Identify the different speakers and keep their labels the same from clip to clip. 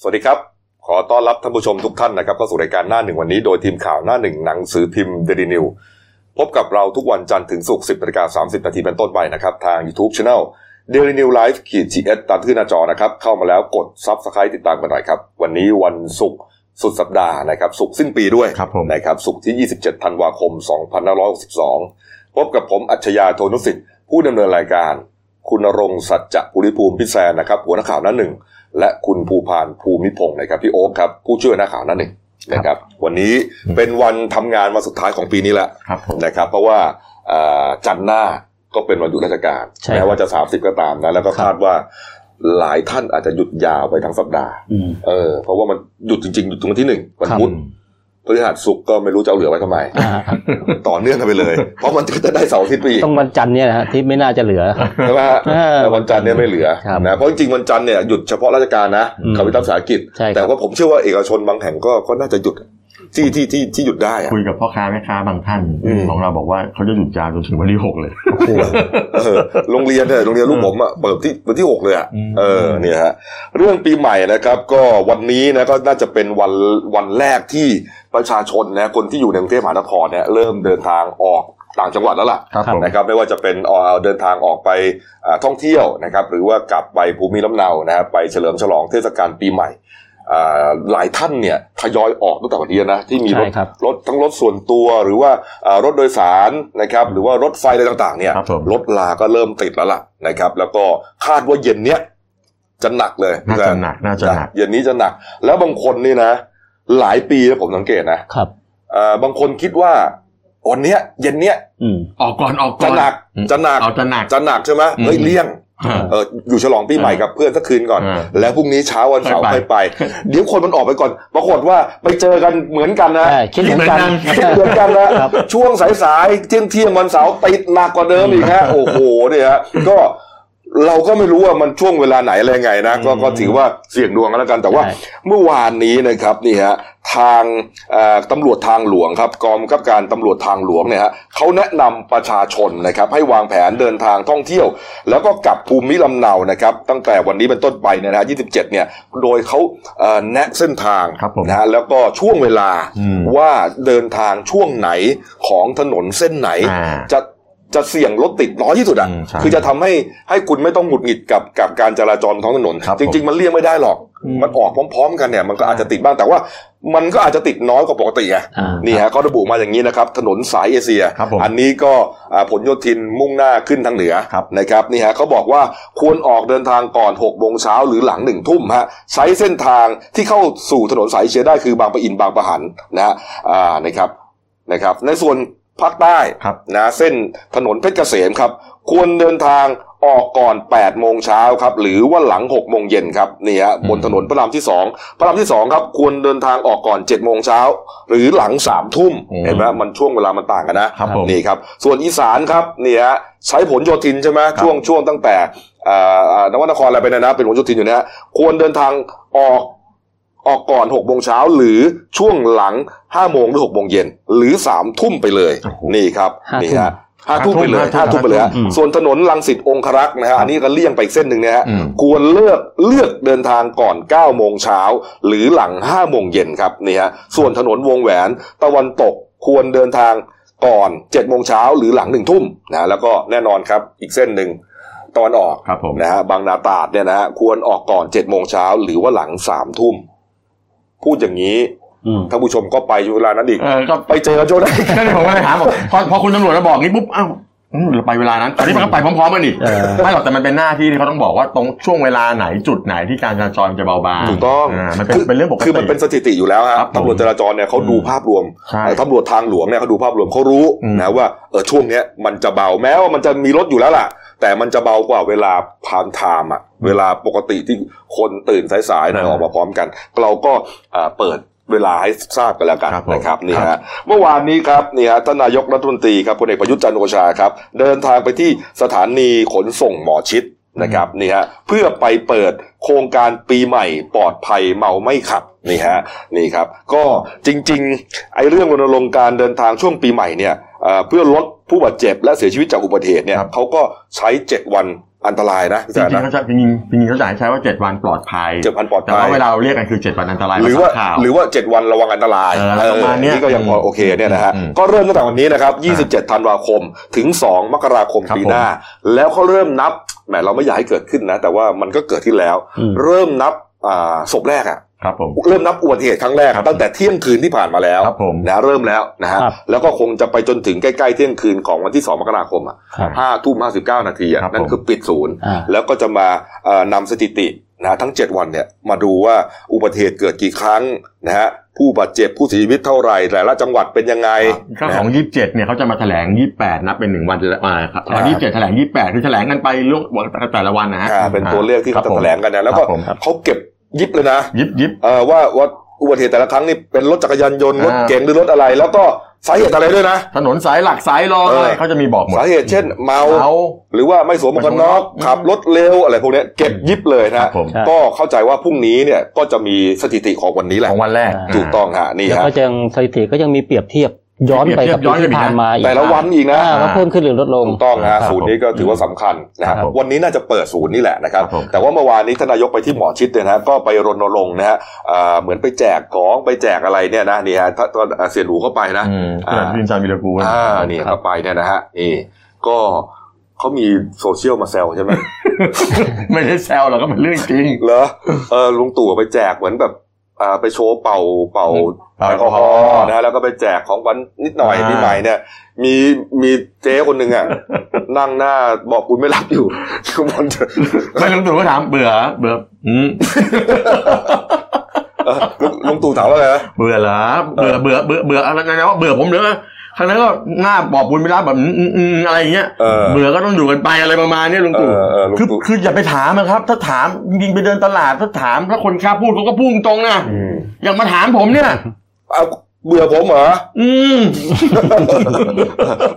Speaker 1: สวัสดีครับ ขอต้อนรับท่านผู้ชมทุกท่านนะครับเข้าสู่รายการหน้าหนึ่งวันนี้โดยทีมข่าวหน้าหนึ่งหนังสือพิมพ์เดลินิวพบกับเราทุกวันจันทร์ถึงศุกร์10นาฬิกา30นาทีเป็นต้นไปนะครับ ทาง YouTube Channel Daily New Life ขีด GS ตามที่หน้าจอนะครับ เข้ามาแล้วกด Subscribe ติดตามกันหน่อยครับ วันนี้วันศุกร์สุดสัปดาห์นะครับศุกร์สิ้นปีด้วย
Speaker 2: ครับผม
Speaker 1: นะครับศุกร์ที่ 27ธันวาคม 2562 พบกับผมอัจฉริยะโทนุสิทธิ์ผู้ดำเนินรายการ คุณณรงค์สัจจะภูริภูมิพิแซนนะครับหัวหน้าข่าวหน้าหนึ่ง และคุณภูพานภูมิพงศ์นะครับพี่โอ๊คครับผู้ช่วยหน้าข่าวหน้าหนึ่งนะครับ วันนี้เป็นวันทำงานวันสุดท้ายของปีนี้แหละ
Speaker 2: ครับผม
Speaker 1: นะครับ เพราะว่าเอ่อจันทร์หน้าก็เป็นวันหยุดราชการ
Speaker 3: ใช่
Speaker 1: แม้ว่าจะ 30 ก็ตามนะแล้วก็
Speaker 3: ครับ
Speaker 1: คาดว่าหลายท่านอาจจะหยุดยาวไปทั้งสัปดาห์
Speaker 3: อืม
Speaker 1: เออเพราะว่ามันหยุดจริงๆหยุดถึงวันที่หนึ่งวัน
Speaker 3: ครับ
Speaker 1: พุธพฤหัสศุกร์ก็ไม่รู้จะเอาเหลือไว้ทำไม
Speaker 3: อ่าครับ
Speaker 1: ต่อเนื่องกันไปเลย เพราะมันก็จะได้เสาร์อาทิตย์ไปอีก
Speaker 3: ต้องวันจันทร์เนี่ยนะฮะที่ไม่น่าจะเหลือ
Speaker 1: ใช่ไหมฮะ
Speaker 3: เออ
Speaker 1: วันจันทร์เนี่ยไม่เหลือ
Speaker 3: ครับ
Speaker 1: นะเพราะจริงๆวันจันทร์เนี่ยหยุดเฉพาะราชการนะ
Speaker 3: อืม
Speaker 1: กับวิทยาศาสตร์กิจ
Speaker 3: ใช่ครับ
Speaker 1: แต่ว่าผมเชื่อว่าเอกชนบางแห่งก็ก็น่าจะหยุดที่ที่ที่ที่หยุดได้อะ
Speaker 2: คุยกับพ่อค้าแม่ค้าบางท่าน
Speaker 1: อืม
Speaker 2: ของเราบอกว่าเขาจะหยุดยาวจนถึงวันที่หกเลย
Speaker 1: เออโรงเรียนเนี่ยโรงเรียนลูกผมอ่ะเปิดที่วันที่หกเลยอ่ะ
Speaker 2: อืม
Speaker 1: เออเนี่ยฮะเรื่องปีใหม่นะครับ ก็วันนี้นะก็น่าจะเป็นวันวันแรกที่ประชาชนนะคนที่อยู่ในกรุงเทพมหานครเนี่ยเริ่มเดินทางออกต่างจังหวัดแล้วล่ะ
Speaker 2: ครับผม
Speaker 1: นะครับไม่ว่าจะเป็นเอ่อเดินทางออกไปอ่าท่องเที่ยวนะครับหรือว่ากลับไปภูมิลำเนานะครับไปเฉลิมฉลองเทศกาลปีใหม่อ่าหลายท่านเนี่ยทยอยออกตั้งแต่วันนี้นะที่มีรถ
Speaker 3: ใช่ครับ
Speaker 1: รถทั้งรถส่วนตัวหรือว่าอ่ารถโดยสารนะครับหรือว่ารถไฟอะไรต่างๆเนี่ย
Speaker 2: ครับผม
Speaker 1: รถลาก็เริ่มติดแล้วล่ะนะครับแล้วก็คาดว่าเย็นเนี้ยจะหนักเลย
Speaker 2: น่าจะหนักน่าจะหนัก
Speaker 1: เย็นนี้จะหนัก แล้วบางคนนี่นะ หลายปีนะผมสังเกตนะครับ อ่าบางคนคิดว่าวันเนี้ยเย็นเนี้ย
Speaker 3: อืม
Speaker 2: ออกก่อนออกก่
Speaker 1: จะ
Speaker 2: อน
Speaker 1: หนักจะหนัก
Speaker 2: เอาจะหนัก
Speaker 1: จะหนักใช่ไหม
Speaker 2: อืม
Speaker 1: เฮ้ยเลี่ยง
Speaker 2: อ่า
Speaker 1: เอออยู่ฉลองปีใหม่กับเพื่อนสักคืนก่อน
Speaker 2: อ่า
Speaker 1: แล้วพรุ่งนี้เช้าวันเสาร์
Speaker 2: ค่
Speaker 1: ค่อ
Speaker 2: อย ย
Speaker 1: ไป
Speaker 2: ไป
Speaker 1: เดี๋ยวคนมันออกไปก่อน ปรากฏว่าไปเจอกันเหมือนกันนะ
Speaker 3: ใช่คิดเหมือนกัน
Speaker 1: คิดเหมือนกันนะช่วงสายๆเที่ยงเที่ยงๆวันเสาร์ติดหนักกว่าเดิมอีกฮะโอ้โหเนี่ยฮะก็เราก็ไม่รู้ว่ามันช่วงเวลาไหนอะไรยังไงนะก็ก็ถือว่าเสี่ยงดวงกันแล้วกันแต่ว่า
Speaker 3: ใช่
Speaker 1: เมื่อวานนี้นะครับนี่ฮะทางเอ่อตำรวจทางหลวงครับกองบังคับการตำรวจทางหลวงเนี่ยฮะเขาแนะนำประชาชนนะครับให้วางแผนเดินทางท่องเที่ยว แล้วก็กลับภูมิลำเนานะครับ ตั้งแต่วันนี้เป็นต้นไปเนี่ยนะฮะ27 เนี่ยโดยเขาเอ่อแนะเส้นทาง
Speaker 2: ครับผม
Speaker 1: นะฮะแล้วก็ช่วงเวลา
Speaker 2: อืม
Speaker 1: ว่าเดินทางช่วงไหนของถนนเส้นไหน
Speaker 2: อ่า
Speaker 1: จะจะเสี่ยงรถติดน้อยที่สุดอ่ะ
Speaker 2: อืมใช่
Speaker 1: คือจะทำให้ให้คุณไม่ต้องหงุดหงิดกับกับการจราจรท้องถนน
Speaker 2: ครับ
Speaker 1: จริง ๆ มันเลี่ยงไม่ได้หรอก
Speaker 2: อืม
Speaker 1: มันออกพร้อม ๆ กันเนี่ยมันก็อาจจะติดบ้างแต่ว่า มันก็อาจจะติดน้อยกว่าปกติอ่ะ
Speaker 3: อ่า
Speaker 1: นี่ฮะเขาระบุมาอย่างนี้นะครับ ถนนสายเอเชีย
Speaker 2: ครับผม
Speaker 1: อันนี้ก็อ่าผลโยธินมุ่งหน้าขึ้นทางเหนือ
Speaker 2: ครับ
Speaker 1: นะครับนี่ฮะเขาบอกว่าควรออกเดินทางก่อน6กโมงเช้าหรือหลังหนึ่งทุ่มฮะใช้เส้นทางที่เข้าสู่ถนนสายเอเชียได้คือบางปะอินบางปะหันนะฮะอ่านะครับนะครับ ในส่วนภาคใต้
Speaker 2: ครับ
Speaker 1: นะเส้นถนนเพชรเกษมครับ ควรเดินทางออกก่อน 8 โมงเช้าครับ หรือว่าหลัง 6 โมงเย็นครับนี่ฮะบนถนนพระรามที่ 2 พระรามที่ 2 ครับ ควรเดินทางออกก่อน 7 โมงเช้า หรือหลัง 3 ทุ่ม
Speaker 2: อืม
Speaker 1: เห็นไหมมันช่วงเวลามันต่างกันนะ
Speaker 2: ครับผม
Speaker 1: นี่ครับ ส่วนอีสานครับนี่ฮะใช้ผลโยธินใช่ไหมช่วงช่วงตั้งแต่อ่าอ่านวนครอะไรไปเนะนะ เป็นผลโยธินอยู่เนะฮะควรเดินทางออกออกก่อน6กโมงเช้าหรือช่วงหลัง5้าโมงหรือ6กโมงเย็นหรือ3ามทุ่มไปเลย
Speaker 2: โอ้โห
Speaker 1: นี่ครับ
Speaker 3: ห้า
Speaker 1: นี่
Speaker 3: ทุ่ม
Speaker 1: ฮะห้าทุ่มไปเลยห้า
Speaker 2: ห้าทุ่
Speaker 1: ทุ่ม
Speaker 2: ม
Speaker 1: ไปเลยฮะ
Speaker 2: อืม
Speaker 1: ส่วนถนนลังสิตองครักษ์นะฮะอันนี้ก็เลี่ยงไปอีกเส้นหนึ่งนะฮะ
Speaker 2: อืม
Speaker 1: ควรเลือกเลือกเดินทางก่อน9ก้าโมงเช้าหรือหลัง5้าโมงเย็นครับนี่ฮะส่วนถนนวงแหวนตะวันตกควรเดินทาง ก่อน7จ็ดโมงเช้าหรือหลังหนึ่งทุ่มนะแล้วก็แน่นอนครับอีกเส้นหนึ่งตอนออก
Speaker 2: ครับผม
Speaker 1: นะฮะบางนาตราดเนี่ยนะฮะควรออกก่อน7จ็ดโมงเช้าหรือว่าหลังสามทุ่มพูดอย่างนี้
Speaker 3: อืม
Speaker 1: ท่านผู้ชมก็ไปเวลานั้นอีก
Speaker 2: เออก็
Speaker 1: ไปเจอกันโจได้
Speaker 2: ก็เลยผมก็เลยถามบอก พอพอคุณตำรวจมาบอกงี้ปุ๊บอ้าวอืมเราไปเวลานั้นตอนนี้มันก็ไปพร้อมๆกันนี่
Speaker 3: เออ
Speaker 2: ไม่หรอกแต่มันเป็นหน้าที่ที่เขาต้องบอกว่าตรงช่วงเวลาไหนจุดไหนที่การจราจรจะเบาบาง
Speaker 1: ถูกต้อง
Speaker 2: ามันเป็น
Speaker 1: คือ
Speaker 2: เป็นเรื่องปกติ
Speaker 1: คือมันเป็นสถิติอยู่แล้วฮะ
Speaker 2: ครับผม
Speaker 1: ตำรวจจราจรเนี่ยเขาดูภาพรวม
Speaker 2: ใช่
Speaker 1: ตำรวจทางหลวงเนี่ยเขาดูภาพรวมเขารู้
Speaker 2: อืม
Speaker 1: นะว่าเออช่วงเนี้ยมันจะเบาแม้ว่ามันจะมีรถอยู่แล้วล่ะ แต่มันจะเบากว่าเวลาพามไทม์อะเวลาปกติที่คนตื่นสายๆหน่อยออกมาพร้อมกัน เราก็อ่าเปิดเวลาให้ทราบกันแล้วกัน
Speaker 2: ครับผม
Speaker 1: นะครับนี่
Speaker 2: ครั
Speaker 1: ฮะ
Speaker 2: บ
Speaker 1: เมื่อวานนี้ครับนี่ฮะท่านนายกรัฐมนตรีครับพลเอกประยุทธ์จันทร์โอชาครับ เดินทางไปที่สถานีขนส่งหมอชิดนะครับนี่ฮะเพื่อไปเปิดโครงการปีใหม่ปลอดภัยเมาไม่ขับนี่ฮะนี่ครับ ก็จริงๆไอ้เรื่องรณรงค์การเดินทางช่วงปีใหม่เนี่ยเอ่อเพื่อลดผู้บาดเจ็บและเสียชีวิตจากอุบัติเหตุเนี่ยเขาก็ใช้ 7 วัน อันตรายนะพี่
Speaker 2: จ
Speaker 1: แจ๊ค
Speaker 2: ริง
Speaker 1: นะ
Speaker 2: ๆเขาจะจริงๆจริงๆเขาจะให้ใช้ว่าเจ็ดวันปลอดภัย
Speaker 1: เจ็ดพันปลอด
Speaker 2: แต่
Speaker 1: ภั
Speaker 2: ว่าย เวลาเราเรียกกันคือเจ็ดวันอันตราย
Speaker 1: หรือว่า
Speaker 2: ข่าว
Speaker 1: หรือว่าเจ็ดวันระวังอันตราย
Speaker 2: เอออะไรประมาณเนี้ย
Speaker 1: นี่ก็ยังพอโอเคเนี่ยนะฮะ
Speaker 2: อืม
Speaker 1: ก็เริ่มตั้งแต่วันนี้นะครับ 27 ธันวาคมถึง 2 มกราคม
Speaker 2: ครับ
Speaker 1: ปี
Speaker 2: ผม
Speaker 1: หน้า แล้วเขาเริ่มนับแหมเราไม่อยากให้เกิดขึ้นนะ แต่ว่ามันก็เกิดขึ้นแล้ว
Speaker 3: อืม
Speaker 1: เริ่มนับอ่าศพแรกอะ
Speaker 2: ครับผม
Speaker 1: เริ่มนับอุบัติเหตุครั้งแรก
Speaker 2: ครับ
Speaker 1: ตั้งแต่เที่ยงคืนที่ผ่านมาแล้ว
Speaker 2: ครับผม
Speaker 1: นะเริ่มแล้วนะฮะ
Speaker 3: ครับ
Speaker 1: แล้วก็คงจะไปจนถึงใกล้ๆเที่ยงคืนของวันที่ 2 มกราคมอ่ะ
Speaker 3: ครับ
Speaker 1: ห้าทุ่มห้าสิบเก้านาทีอ่ะ
Speaker 2: ครับ
Speaker 1: นั่น
Speaker 2: ผม
Speaker 1: คือปิดศูนย์
Speaker 3: อ่า
Speaker 1: แล้วก็จะมาเอ่อนำสถิตินะทั้ง 7 วันเนี่ยมาดูว่าอุบัติเหตุเกิดกี่ครั้งนะฮะผู้บาดเจ็บผู้เสียชีวิตเท่าไหร่แต่ละจังหวัดเป็นยังไง
Speaker 2: ก็
Speaker 1: นะ
Speaker 2: ข
Speaker 1: ฮะ
Speaker 2: อง 27 เนี่ยเขาจะมาแถลง 28 นับเป็นหนึ่งวันอ่าครับ
Speaker 1: ครับ
Speaker 2: 27 แถลง 28 คือแถลงกันไปล่วงแต่ละวันนะฮะ
Speaker 1: อ่าเป็นตัวเลขที่
Speaker 2: ครั
Speaker 1: เขา
Speaker 2: บ
Speaker 1: จะ
Speaker 2: ผม
Speaker 1: แถลงกันนะแล้ว
Speaker 2: ค
Speaker 1: ก็
Speaker 2: รับผม
Speaker 1: เขาเก็บยิบเลยนะ
Speaker 2: ยิบยิบ
Speaker 1: เอ่อว่าว่าอุบัติเหตุแต่ละครั้งนี่เป็นรถจักรยานยนต์รถ
Speaker 2: อ่า
Speaker 1: เก๋งหรือรถอะไร แล้วก็สาเหตุอะไรด้วยนะ
Speaker 2: ถนนสายหลักสายรอง
Speaker 1: เอออ
Speaker 2: อะไรเขาจะมีบอกหมด
Speaker 1: สาเหตุเช่นเมา
Speaker 2: เขา
Speaker 1: หรือว่าไม่สวมหมวกกันน็อก
Speaker 2: ไม่สวมหมวกกันน็อก
Speaker 1: ขับรถเร็วอะไรพวกเนี้ยเก็บยิบเลยนะ
Speaker 2: ครั
Speaker 1: ฮะ
Speaker 2: บผม
Speaker 3: ใช่
Speaker 1: ก็เข้าใจว่าพรุ่งนี้เนี่ยก็จะมีสถิติของวันนี้แหละ
Speaker 2: ของวันแรก
Speaker 1: ถูกต้องฮะนี่
Speaker 3: แล้ว
Speaker 1: ฮะ
Speaker 3: ก็ยังสถิติก็ยังมีเปรียบเทียบย้อนไปกับ
Speaker 2: เปรียบเทียบย้อนไป
Speaker 3: ที่
Speaker 2: อีกนะ
Speaker 3: ผ่านมาอีก
Speaker 1: แต่ละวันอีกนะ
Speaker 3: อ่าว่าเพิ่มขึ้นหรือลดลง
Speaker 1: ถูกต้อง
Speaker 2: ครั
Speaker 1: ฮะ
Speaker 2: บ
Speaker 1: ศูนย์นี้ก็ถือว่าสำคัญนะ
Speaker 2: ครั
Speaker 1: ฮะ
Speaker 2: บผม
Speaker 1: วันนี้น่าจะเปิดศูนย์นี่แหละนะครับ
Speaker 2: ครับผม
Speaker 1: แต่ว่าเมื่อวานนี้ทานนายกไปที่หมอชิดเนี่ยนะฮะก็ไปรณรงค์นะฮะอ่าเหมือนไปแจกของไปแจกอะไรเนี่ยนะนี่ฮะถ้าตอนอ่าเสียหนูเข้าไปนะ
Speaker 2: อืม
Speaker 1: อ่า
Speaker 2: สนามบินซานวิลากูล
Speaker 1: อ่านี่เข้าไปเนี่ยนะฮะนี่ก็เขามีโซเชียลมาแซวใช่ไหม
Speaker 2: ไม่ได้แซวหรอกก็เป็นเรื่องจริง
Speaker 1: เหรอเออลุงตู่ไปแจกเหมือนแบบอ่าไปโชว์เป่าเป่า
Speaker 2: เป่า
Speaker 1: แอล
Speaker 2: แอล
Speaker 1: ก
Speaker 2: ก
Speaker 1: อ
Speaker 2: อ
Speaker 1: ฮ
Speaker 2: ฮ
Speaker 1: อ
Speaker 2: อล์
Speaker 1: ล์นะฮะแล้วก็ไปแจกของวันนิดหน่อย
Speaker 2: อ่า
Speaker 1: ปีใหม่เนี่ยมีมีเจ๊คนหนึ่ง อ่ะ นั่งหน้าบอกคุณไม่รับอยู่ ข้างบน
Speaker 2: ไม่ลุงตู่ก็ถามเบื่อเบื่ออืม
Speaker 1: เออลุงลุงตู่ถามว่าอะไรนะ
Speaker 2: เบื่อเหรอเบื่อเบื่อเบื่อเบื่ออะไรนะว่าเบื่อผมเหรอครั้งนั้นก็หน้าบอกบุญไม่รับแบบอืมอืมอืมอะไรอย่างเงี้ย
Speaker 1: เออ
Speaker 2: เบื่อก็ต้องอยู่กันไปอะไรประมาณเนี้ยลุง
Speaker 1: เอ
Speaker 2: ตู่
Speaker 1: อเออลุง
Speaker 2: คือ
Speaker 1: ตู่
Speaker 2: คืออย่าไปถามนะครับ ถ้าถามจริงๆไปเดินตลาดถ้าถามถ้าคนกล้าพูดเขาก็พูดตรงนะ
Speaker 1: ม
Speaker 2: อย่ามาถามผมเนี่ย
Speaker 1: เอาเบื่อผมเหรอ
Speaker 2: อืม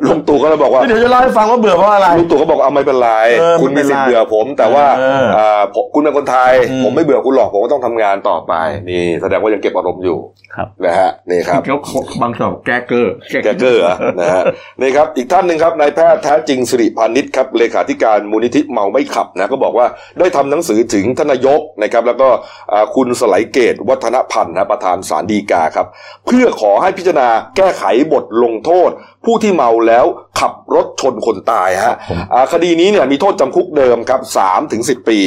Speaker 1: ลุงตู่ก็เลยบอกว่า
Speaker 2: เดี๋ยวจะเล่าให้ฟังว่าเบื่อเพราะอะไร
Speaker 1: ลุงตู่ก็บอกเอาไม่เป็นไร
Speaker 2: เออ
Speaker 1: คุณ
Speaker 2: ไม่
Speaker 1: มี
Speaker 2: เป็นไร
Speaker 1: สิทธิ์เบื่อผม แต่ว่า
Speaker 2: เอออ่
Speaker 1: าผมคุณเป็นคนไทย
Speaker 2: อืม
Speaker 1: ผมไม่เบื่อคุณหรอกผมก็ต้องทำงานต่อไป นี่แสดงว่ายังเก็บอารมณ์อยู่
Speaker 3: ครับ
Speaker 1: นะฮะนี่ ครับ
Speaker 2: เขาบางสอบแกเกอร์แก
Speaker 1: แกเกอร์เหรอนะฮะนี่ครับ อีกท่านหนึ่งครับนายแพทย์แท้จริงสิริพานิชครับเลขาธิการมูลนิธิเมาไม่ขับนะก็บอกว่าได้ทำหนังสือถึงทานนายกนะครับ แล้วก็อ่าคุณสไลเกต วัฒนพันธ์นะประธานศาลฎีกาครับ เพื่อขอให้พิจารณาแก้ไขบทลงโทษ ผู้ที่เมาแล้วขับรถชนคนตายฮะอ่าคดีนี้เนี่ยมีโทษจำคุกเดิมครับ3ถึง10 ปี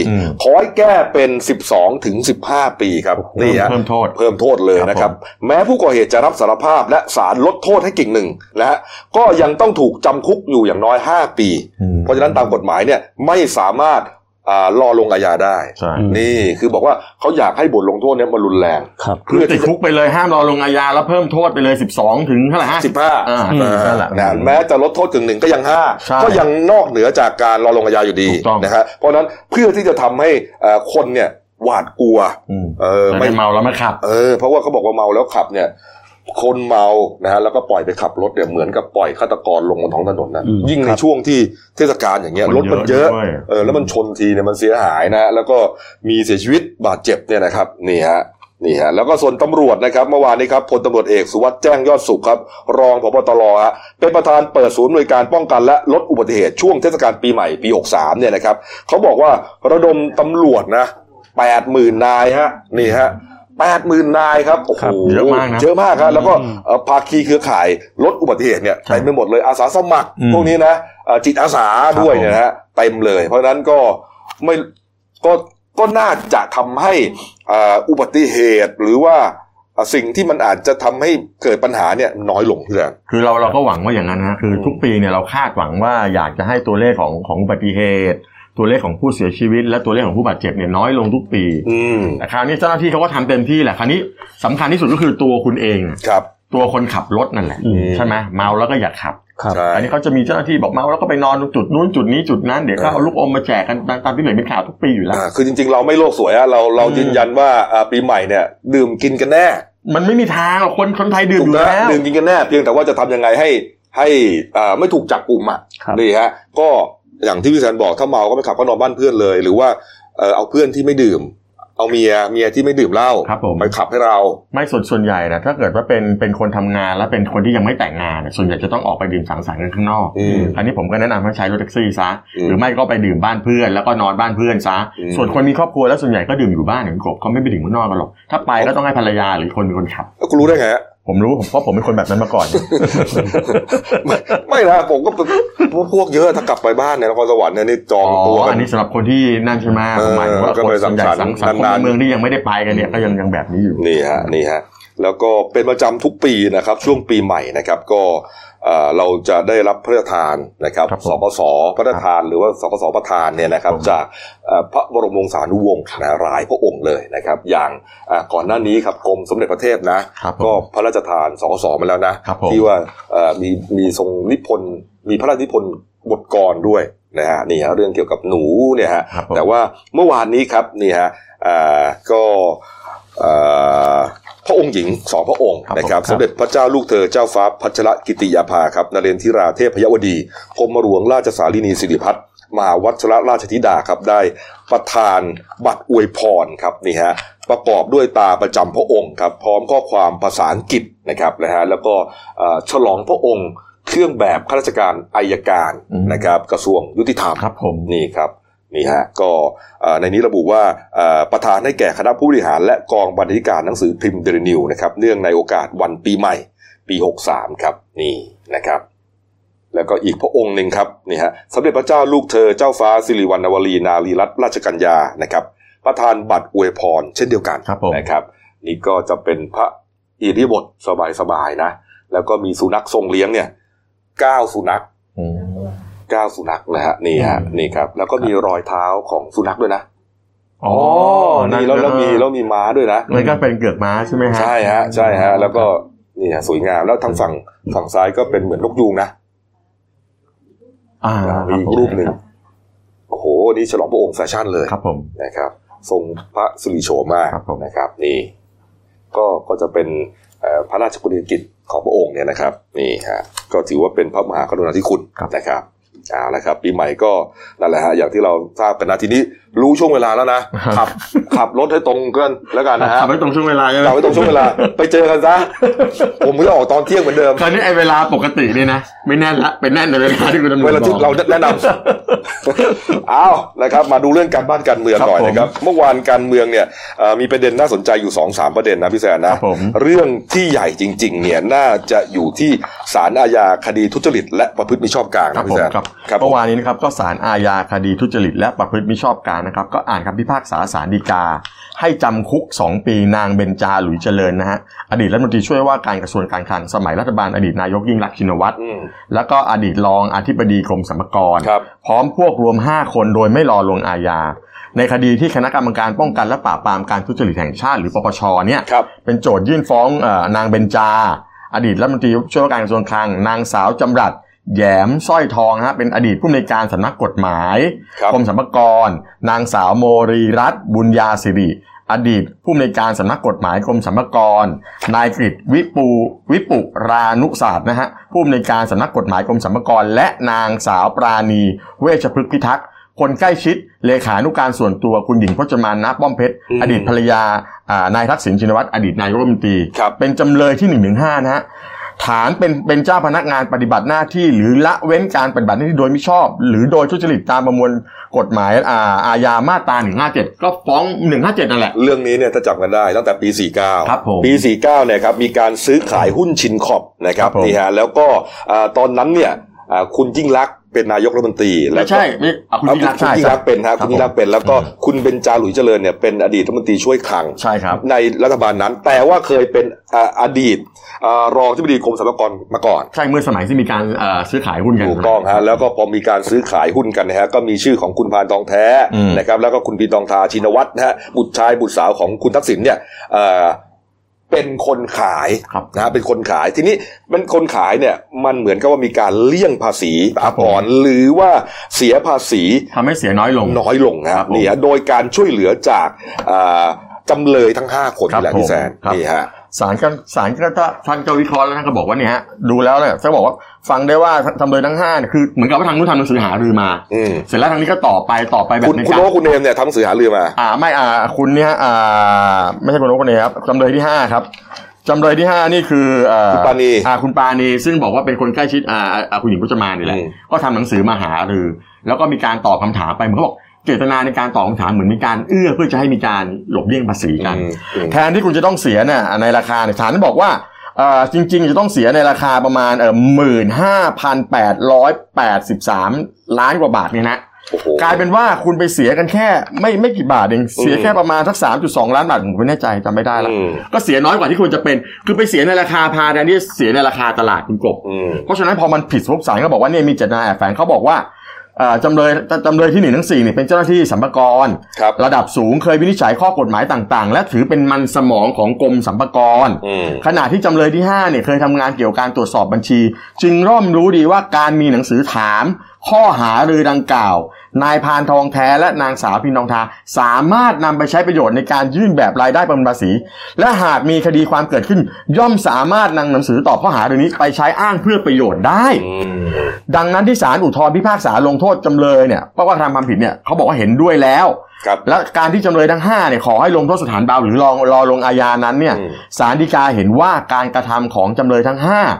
Speaker 1: ขอให้แก้เป็น 12ถึง15 ปีครับนี่ฮะ
Speaker 2: เพิ่มโทษ
Speaker 1: เพิ่มโทษเลยนะครับ แม้ผู้ก่อเหตุจะรับสารภาพและศาลลดโทษให้กิ่งหนึ่งนะฮะก็ยังต้องถูกจำคุกอยู่อย่างน้อย 5 ปี
Speaker 2: อืม
Speaker 1: เพราะฉะนั้นตามกฎหมายเนี่ยไม่สามารถอ่ารอลงอาญาได้
Speaker 2: ใช่
Speaker 1: นี่คือบอกว่าเขาอยากให้บทลงโทษเนี่ยมันรุนแรง
Speaker 3: ครับ
Speaker 1: เพื่
Speaker 2: คืออ
Speaker 1: ที่
Speaker 2: ติด
Speaker 1: จะ
Speaker 2: คุกไปเลยห้ามรอลงอาญาแล้วเพิ่มโทษไปเลย 12 ถึงเท่าไหร่ฮะ
Speaker 1: 15
Speaker 2: อ่า
Speaker 1: เออ
Speaker 2: นั่นแหละ
Speaker 1: นะแม้จะลดโทษกึ่งหนึ่งก็ยัง
Speaker 2: ใช่
Speaker 1: 5 ก็ยังนอกเหนือจากการรอลงอาญาอยู่ดี
Speaker 2: ถูกต้อง
Speaker 1: นะฮะเพราะฉะนั้นเพื่อที่จะทำให้เอ่อคนเนี่ยหวาดกลัว
Speaker 2: อืม
Speaker 1: เออ
Speaker 2: แต่
Speaker 1: ไม่
Speaker 2: ไม่เมาแล้วมาขับ
Speaker 1: เออเพราะว่าเขาบอกว่าเมาแล้วขับเนี่ย คนเมานะฮะแล้วก็ปล่อยไปขับรถเนี่ยเหมือนกับปล่อยฆาตกรลงบนท้องถนนนะ
Speaker 3: อืม
Speaker 1: ยิ่งในช่วงที่เทศกาลอย่างเงี้ย
Speaker 2: คน
Speaker 1: รถมันเยอะ
Speaker 2: เยอะด้วย
Speaker 1: เออแล้วมันชนทีเนี่ยมันเสียหายนะแล้วก็มีเสียชีวิตบาดเจ็บเนี่ยนะครับนี่ฮะนี่ฮะแล้วก็ส่วนตำรวจนะครับเมื่อวานนี้ครับพลตำรวจเอกสุวัสด์แจ้งยอดสุขครับ รองพบตรฮะเป็นประธานเปิดศูนย์หน่วยการป้องกันและลดอุบัติเหตุช่วงเทศกาลปีใหม่ปี 63เนี่ยนะครับเขาบอกว่าระดมตำรวจนะ80,000นายฮะนี่ฮะ80,000นายครับโอ้โห
Speaker 2: ครับเยอะมากนะ
Speaker 1: เยอะมากครับแล้วก็เอ่อภาคีเครือข่ายลดอุบัติเหตุเนี่ย
Speaker 2: ครับ
Speaker 1: เต็มไปหมดเลยอาสาสมัคร
Speaker 2: อืม
Speaker 1: พวกนี้นะเอ่อจิตอาสา
Speaker 2: ครับ
Speaker 1: ด้วยเนี่ยนะฮะเต็มเลย เพราะฉะนั้นก็ไม่ก็ก็น่าจะทำให้เอ่ออุบัติเหตุหรือว่าเอ่อสิ่งที่มันอาจจะทำให้เกิดปัญหาเนี่ยน้อยลงเพื่อน
Speaker 2: คือเราเราก็หวังว่าอย่างนั้นนะคือทุกปีเนี่ยเราคาดหวังว่าอยากจะให้ตัวเลขของของอุบัติเหตุ ตัวเลขของผู้เสียชีวิต และตัวเลขของผู้บาดเจ็บเนี่ยน้อยลงทุกปี
Speaker 1: อืม
Speaker 2: แต่คราวนี้เจ้าหน้าที่เขาก็ทำเต็มที่แหละคราวนี้สำคัญที่สุดก็คือตัวคุณเองอะ
Speaker 1: ครับ
Speaker 2: ตัวคนขับรถนั่นแหละ
Speaker 1: อืม
Speaker 2: ใช่ไหมเมาแล้วก็อย่าขับ
Speaker 3: ครับ
Speaker 1: ใช่
Speaker 2: อันนี้เขาจะมีเจ้าหน้าที่บอกเมาแล้วก็ไปนอนตรงจุดนู้นจุดนี้จุดนั้นเดี๋ยวก็
Speaker 1: อ่า
Speaker 2: เอาลูกอมมาแจกกันตามตามที่เหลือเป็นข่าวทุกปีอยู่แล้ว
Speaker 1: อ่าคือจริง ๆ เราไม่โลกสวยอะเราเรา
Speaker 2: อืม
Speaker 1: ยืนยันว่าอ่าปีใหม่เนี่ยดื่มกินกันแน่
Speaker 2: มันไม่มีทางหรอกคนคนไทยดื่ม
Speaker 1: ถู
Speaker 2: อกยู่
Speaker 1: นะ
Speaker 2: แล้ว
Speaker 1: ดื่มกินกันแน่เพียงแต่ว่าจะทำยังไงให้ให้อ่าไม่ถูกจับกลุ่มอะ
Speaker 3: ครับ
Speaker 1: นี่ฮะก็อย่างที่พี่แซนบอกถ้าเมาก็ไปขับก็นอนบ้านเพื่อนเลย หรือว่าเอ่อเอาเพื่อนที่ไม่ดื่ม เอาเมียเมียที่ไม่ดื่มเหล้า
Speaker 2: ครับผม
Speaker 1: ไปขับให้เรา
Speaker 2: ไม่ส่วนส่วนใหญ่นะถ้าเกิดว่าเป็นเป็นคนทำงานและเป็นคนที่ยังไม่แต่งงานน่ะส่วนใหญ่จะต้องออกไปดื่มสังสรรค์กันข้างนอก
Speaker 1: อืม
Speaker 2: อันนี้ผมก็แนะนำให้ใช้รถแท็กซี่ซะ
Speaker 1: อืม
Speaker 2: หรือไม่ก็ไปดื่มบ้านเพื่อนแล้วก็นอนบ้านเพื่อนซะ
Speaker 1: อืม
Speaker 2: ส่วนคนมีครอบครัวแล้วส่วนใหญ่ก็ดื่มอยู่บ้านอย่างกบเขาไม่ไปดื่มข้างนอกกันหรอกถ้าไปก็ต้องให้ภรรยาหรือคนเป็นคนขับ
Speaker 1: แล้วคุณรู้ได้ไงฮะ
Speaker 2: ผมรู้ผมเพราะผมเป็นคนแบบนั้นมาก่อน
Speaker 1: ไม่ไม่นะผมก็พวกพวกเยอะถ้ากลับไปบ้านเนี่ยนครสวรรค์เนี่ยนี่จองตัว
Speaker 2: อ๋อ
Speaker 1: กั
Speaker 2: อั
Speaker 1: น
Speaker 2: นนี้สำหรับคนที่นั่นใช่ไหมผมหมายถึงว่า
Speaker 1: เออก็
Speaker 2: คน
Speaker 1: ไปสั
Speaker 2: ส่ว
Speaker 1: ง
Speaker 2: นใหญ่
Speaker 1: สรรค์
Speaker 2: สังสังคม
Speaker 1: นานๆ
Speaker 2: ในเมืองที่ยังไม่ได้ไปกันเนี่ยก็ยังยังแบบนี้อยู่
Speaker 1: นี่ฮะนี่ฮะแล้วก็เป็นประจำทุกปีนะครับ ช่วงปีใหม่นะครับ ก็เอ่อเราจะได้รับพระราชทานนะครับ
Speaker 2: ครับผ
Speaker 1: ส
Speaker 2: ม
Speaker 1: กสพระราชทานหรือว่าสกสประธานเนี่ยนะครับ
Speaker 2: ผม
Speaker 1: จากเอ่อพระบรมวงศานุวงศ์นะหลายพระองค์เลยนะครับ อย่างอ่ะก่อนหน้านี้ครับกรมสมเด็จพระเทพนะ
Speaker 2: ครับผม
Speaker 1: ก็พระราชทานสกสมาแล้วนะครับ
Speaker 2: ผม
Speaker 1: ที่ว่าเอ่อมีมีทรงนิพนธ์มีพระราชนิพนธ์บทกรด้วยนะฮะนี่ฮะเรื่องเกี่ยวกับหนูเนี่ยฮะ
Speaker 2: ครับผม
Speaker 1: แต่ว่าเมื่อวานนี้ครับนี่ฮะอ่าก็อ่าพระองค์หญิงสองพระองค์
Speaker 2: ครับ
Speaker 1: นะครับ
Speaker 2: ผมค
Speaker 1: ส
Speaker 2: รับ
Speaker 1: มเด็จพระเจ้าลูกเธอเจ้าฟ้าพัชรกิติยาภาครับนเรนทิราเทพยวดีกรมหลวงราชสารินีสิริพัฒน์มหาวัชรราชธิดาครับได้ประทานบัตรอวยพรครับนี่ฮะประกอบด้วยตาประจำพระองค์ครับพร้อมข้อความภาษาอังกฤษนะครับนะฮะแล้วก็อ่าฉลองพระองค์เครื่องแบบข้าราชการอายการ
Speaker 2: อืม
Speaker 1: นะครับกระทรวงยุติธรรม
Speaker 2: ครับผม
Speaker 1: นี่ครับนี่ฮะก็เอ่อในนี้ระบุว่าเอ่อประธานให้แก่คณะผู้บริหารและกองบรรณาธิการหนังสือพิมพ์เดลินิวนะครับเนื่องในโอกาสวันปีใหม่ปี 63 ครับนี่นะครับ แล้วก็อีกพระองค์หนึ่งครับนี่ฮะสมเด็จพระเจ้าลูกเธอเจ้าฟ้าสิริวัณวรีนารีรัตนราชกัญญานะครับ ประธานบัตรอวยพรเช่นเดียวกัน
Speaker 2: ครับผม
Speaker 1: นะครับ นี่ก็จะเป็นพระอิริยาบทสบายๆนะ แล้วก็มีสุนัขทรงเลี้ยงเนี่ยเก้าสุนัข
Speaker 2: อืม
Speaker 1: เก้าสุนัขนะฮะนี่ฮะ
Speaker 2: อืม
Speaker 1: นี่ครับ แล้วก็มีรอยเท้าของสุนัขด้วยนะ
Speaker 2: อ๋อ
Speaker 1: นี่แล้วแล้วมีแล้วมีม้าด้วยนะ
Speaker 2: มันก็เป็นเกือกม้าใช่ไหมฮะ
Speaker 1: ใช่ฮะ ใช่ฮะ แล้วก็นี่ฮะสวยงามแล้วทางฝั่งฝั่งซ้ายก็เป็นเหมือนนกยูงนะ
Speaker 2: อ่าค
Speaker 1: มี
Speaker 2: บผม
Speaker 1: รูปหนึ่งโอ้โหนี่ฉลองพระองค์แฟชั่นเลย
Speaker 2: ครับผม
Speaker 1: นะครับ ทรงพระสุริโฉมมาก
Speaker 2: ครับผม
Speaker 1: นะครับ นี่ ก็ก็จะเป็นเอ่อพระราชกรณียกิจของพระองค์เนี่ยนะครับนี่ฮะก็ถือว่าเป็นพระมหากรุณาธิคุณนะครับเอาละครับ ปีใหม่ก็นั่นแหละฮะอย่างที่เราทราบกันนะทีนี้รู้ช่วงเวลาแล้วนะขับขับรถให้ตรงกันแล้วกันนะฮะ
Speaker 2: ทำให้ตรงช่วงเวลาใช่ไหม
Speaker 1: กลับไปตรงช่วงเวลา ไปเจอกันซ ะผมก็จะออกตอนเที่ยงเหมือนเดิม
Speaker 2: คราวนี้ไอ้เวลาปกติเนี่ยนะ ไม่แน่นละเป็นแน่นในเวลาที่คุณตำรวจ
Speaker 1: เวลาที่
Speaker 2: บอก
Speaker 1: เราแนะน ำ เอานะครับ มาดูเรื่องการบ้านการเมือง
Speaker 2: ครับ
Speaker 1: หน่อยนะครับ เมื่อวานการเมืองเนี่ยเอ่อมีประเด็นน่าสนใจอยู่สองสามประเด็นนะพี่แซน
Speaker 2: ค
Speaker 1: นะ
Speaker 2: รับผม
Speaker 1: เรื่องที่ใหญ่จริง ๆ เนี่ยน่าจะอยู่ที่ศาลอาญาคดีทุจริต และประพฤติมิชอบกลาง
Speaker 2: ครั
Speaker 1: นะ
Speaker 2: บผ
Speaker 1: พี่
Speaker 2: ม
Speaker 1: แซน
Speaker 2: ครับ
Speaker 1: ครับผ
Speaker 2: เมื่
Speaker 1: ม
Speaker 2: อวานนี้นะครับก็ศาลอาญาคดีทุจริตและประพฤติมิชอบกลางนะครับ ก็อ่านคำพิพากษาศาลฎีกา ให้จำคุก 2 ปีนางเบญจาหลุยเจริญนะฮะอดีตรัฐมนตรีช่วยว่าการกระทรวงการคลังสมัยรัฐบาลอดีตนายกยิ่งลักษณ์ชินวัตร
Speaker 1: อืม
Speaker 2: แล้วก็อดีตรองอธิบดีกรมสรรพากร
Speaker 1: ครับ
Speaker 2: พร้อมพวกรวม 5 คนโดยไม่รอลงอาญา ในคดีที่คณะกรรมการป้องกันและปราบปรามการทุจริตแห่งชาติหรือปปชเนี่ย
Speaker 1: ครับ
Speaker 2: เป็นโจทยื่นฟ้องเออนางเบญจา อดีตรัฐมนตรีช่วยว่าการกระทรวงคลัง นางสาวจำรัดแหยมสร้อยทองนะฮะเป็นอดีตผู้อำนวยการสำนักกฎหมาย
Speaker 1: ครับ
Speaker 2: กรมสรรพากร นางสาวโมรีรัตน์บุญญาสิริ อดีตผู้อำนวยการสำนักกฎหมายกรมสรรพากร นายกฤษวิปูวิปุรานุศาสตร์นะฮะผู้อำนวยการสำนักกฎหมายกรมสรรพากร และนางสาวปราณี เวชพฤกษ์พิทักษ์คนใกล้ชิดเลขานุการส่วนตัวคุณหญิงพจมานนะป้อมเพชร
Speaker 1: อืม
Speaker 2: อดีตภรรยาอ่านายทักษิณชินวัตรอดีตนายกรัฐมนตรี
Speaker 1: ครับ
Speaker 2: เป็นจำเลยที่1นึนะฮะฐานเป็นเป็นเจ้าพนักงานปฏิบัติหน้าที่ หรือละเว้นการปฏิบัติหน้าที่โดยมิชอบ หรือโดยทุจริตตามประมวลกฎหมายอาอาญามาตรา157 ก็ฟ้อง 157นั่นแหละ
Speaker 1: เรื่องนี้เนี่ยถ้าจำกันได้ตั้งแต่ปี 49
Speaker 2: ครับผม
Speaker 1: ปี 49 เนี่ยครับมีการซื้อขายหุ้นชินคอปนะครับ
Speaker 2: ครับผม
Speaker 1: นี่ฮะแล้วก็อ่าตอนนั้นเนี่ยอ่าคุณยิ่งรักษณ์เป็นนายกรัฐมนตรีแล้ว
Speaker 2: ไม่
Speaker 1: ก็
Speaker 2: ใช่ไม่อ่ะคุณ
Speaker 1: อ่า
Speaker 2: ยิ่งรักษณ์
Speaker 1: คุณ
Speaker 2: ใช่
Speaker 1: ยิ่ง
Speaker 2: ใช่
Speaker 1: รักษณ์เป็นฮะ
Speaker 2: ค
Speaker 1: คุ
Speaker 2: รับ
Speaker 1: ณยิ่งรักษณ์เป็นแล้วก็
Speaker 2: อืม
Speaker 1: คุณเบญจาหลุยเจริญเนี่ยเป็นอดีตรัฐมนตรีช่วยคลัง
Speaker 2: ใช่ครับ
Speaker 1: ในรัฐบาลนั้น แต่ว่าเคยเป็นอ่าอดีตอ่ารองที่บดีกรมสรรพากรมาก่อน
Speaker 2: ใช่เมื่อสมัยที่มีการเอ่อซื้อขายหุ้นกัน
Speaker 1: ถูกต้องฮะแล้วก็พอมีการซื้อขายหุ้นกันนะฮะก็มีชื่อของคุณพานทองแท้
Speaker 2: อืม
Speaker 1: นะครับแล้วก็คุณปีนทองทาชินวัตรนะฮะบุตรชายบุตรสาวของคุณทักษิณเนี่ยเอ่อเป็นคนขาย
Speaker 2: ครับ
Speaker 1: นะฮะเป็นคนขายทีนี้เป็นคนขายเนี่ยมันเหมือนกับว่ามีการเลี่ยงภาษีอาภรณ์หรือว่าเสียภาษี
Speaker 2: ทำให้เสียน้อยลง
Speaker 1: น้อยลงนะ
Speaker 2: ค
Speaker 1: ค
Speaker 2: รั
Speaker 1: รั
Speaker 2: บบ ผม
Speaker 1: นี่ฮะโดยการช่วยเหลือจากอ่าจำเลยทั้ง 5 คน
Speaker 2: ครับ
Speaker 1: นี่แหละพี่แซน
Speaker 2: ผมครับ
Speaker 1: นี่ฮะ
Speaker 2: ศาลก็ศาลก็ถ้าท่านก็วิเคราะห์แล้วท่านก็บอกว่าเนี่ยฮะดูแล้วเนี่ยจะบอกว่าฟังได้ว่าทำเลยทั้งห้าเนี่ยคือเหมือนกับว่าทางนู้นทำหนังสือหารือมา
Speaker 1: อืม
Speaker 2: เสร็จแล้วทางนี้ก็ต่อไปต่อไปแบบ
Speaker 1: คุณ
Speaker 2: ใน
Speaker 1: คุณ
Speaker 2: การ
Speaker 1: โน้ตคุณเนมเนี่ยทำหนังสือหารือมา
Speaker 2: อ่าไม่อ่าคุณเนี่ยฮะอ่าไม่ใช่คุณโอ๊คคนนี้ครับจำเลยที่ห้าครับจำเลยที่ห้านี่คือเอ่อ
Speaker 1: คุณปานี
Speaker 2: อ่าคุณปานีซึ่งบอกว่าเป็นคนใกล้ชิดอ่าอ่าคุณหญิงพจมานนี่แหละ
Speaker 1: อืม
Speaker 2: ก็ทำหนังสือมาหารือ แล้วก็มีการตอบคำถามไปเหมือนเขาบอกเจตนาในการตอบคำถามเหมือนมีการเอื้อเพื่อจะให้มีการหลบเลี่ยงภาษีกัน
Speaker 1: อืมอืม
Speaker 2: แทนที่คุณจะต้องเสียเนี่ยในราคาเนี่ยศาลบอกว่าเอ่อจริง ๆ จะต้องเสียในราคาประมาณเออหมื่นห้าพันแปดร้อยแปดสิบสามล้านกว่าบาทเนี่ยนะ
Speaker 1: โอ้โห
Speaker 2: กลายเป็นว่าคุณไปเสียกันแค่ไม่ไม่กี่บาทเองเสียแค่ประมาณสักสามจุดสองล้านบาทผมไม่แน่ใจจำไม่ได้ละ
Speaker 1: อืม
Speaker 2: ก็เสียน้อยกว่าที่ควรจะเป็น คือไปเสียในราคาพาแทนที่เสียในราคาตลาดคุณกบ
Speaker 1: อืม
Speaker 2: เพราะฉะนั้นพอมันผิดสมบสารก็บอกว่าเนี่ยมีเจตนาแอบแฝงเขาบอกว่าเอ่อจำเลยจำเลยที่หนึ่งทั้งสี่เนี่ยเป็นเจ้าหน้าที่สัมปากร
Speaker 1: ครับ
Speaker 2: ระดับสูงเคยวินิจฉัยข้อกฎหมายต่างๆ และถือเป็นมันสมองของกรมสรรพากร
Speaker 1: อืม
Speaker 2: ขณะที่จำเลยที่5เนี่ยเคยทำงานเกี่ยวกับการตรวจสอบบัญชี จึงร่อมรู้ดีว่าการมีหนังสือถาม ข้อหารือดังกล่าว นายพานทองแท้และนางสาวพินทองทา สามารถนำไปใช้ประโยชน์ในการยื่นแบบรายได้ประกันภาษี และหากมีคดีความเกิดขึ้น ย่อมสามารถนำหนังสือตอบข้อหารือนี้ไปใช้อ้างเพื่อประโยชน์ได้
Speaker 1: อืม
Speaker 2: ดังนั้นที่ศาลอุทธรพิพากษาลงโทษจำเลยเนี่ยเพราะว่าทำความผิดเนี่ยเขาบอกว่าเห็นด้วยแล้ว
Speaker 1: ครับ
Speaker 2: และการที่จำเลยทั้ง5เนี่ยขอให้ลงโทษสถานเบาหรือรอรอลงอาญานั้นเนี่ย
Speaker 1: อืม
Speaker 2: ศาลฎีกาเห็นว่าการกระทำของจำเลยทั้ง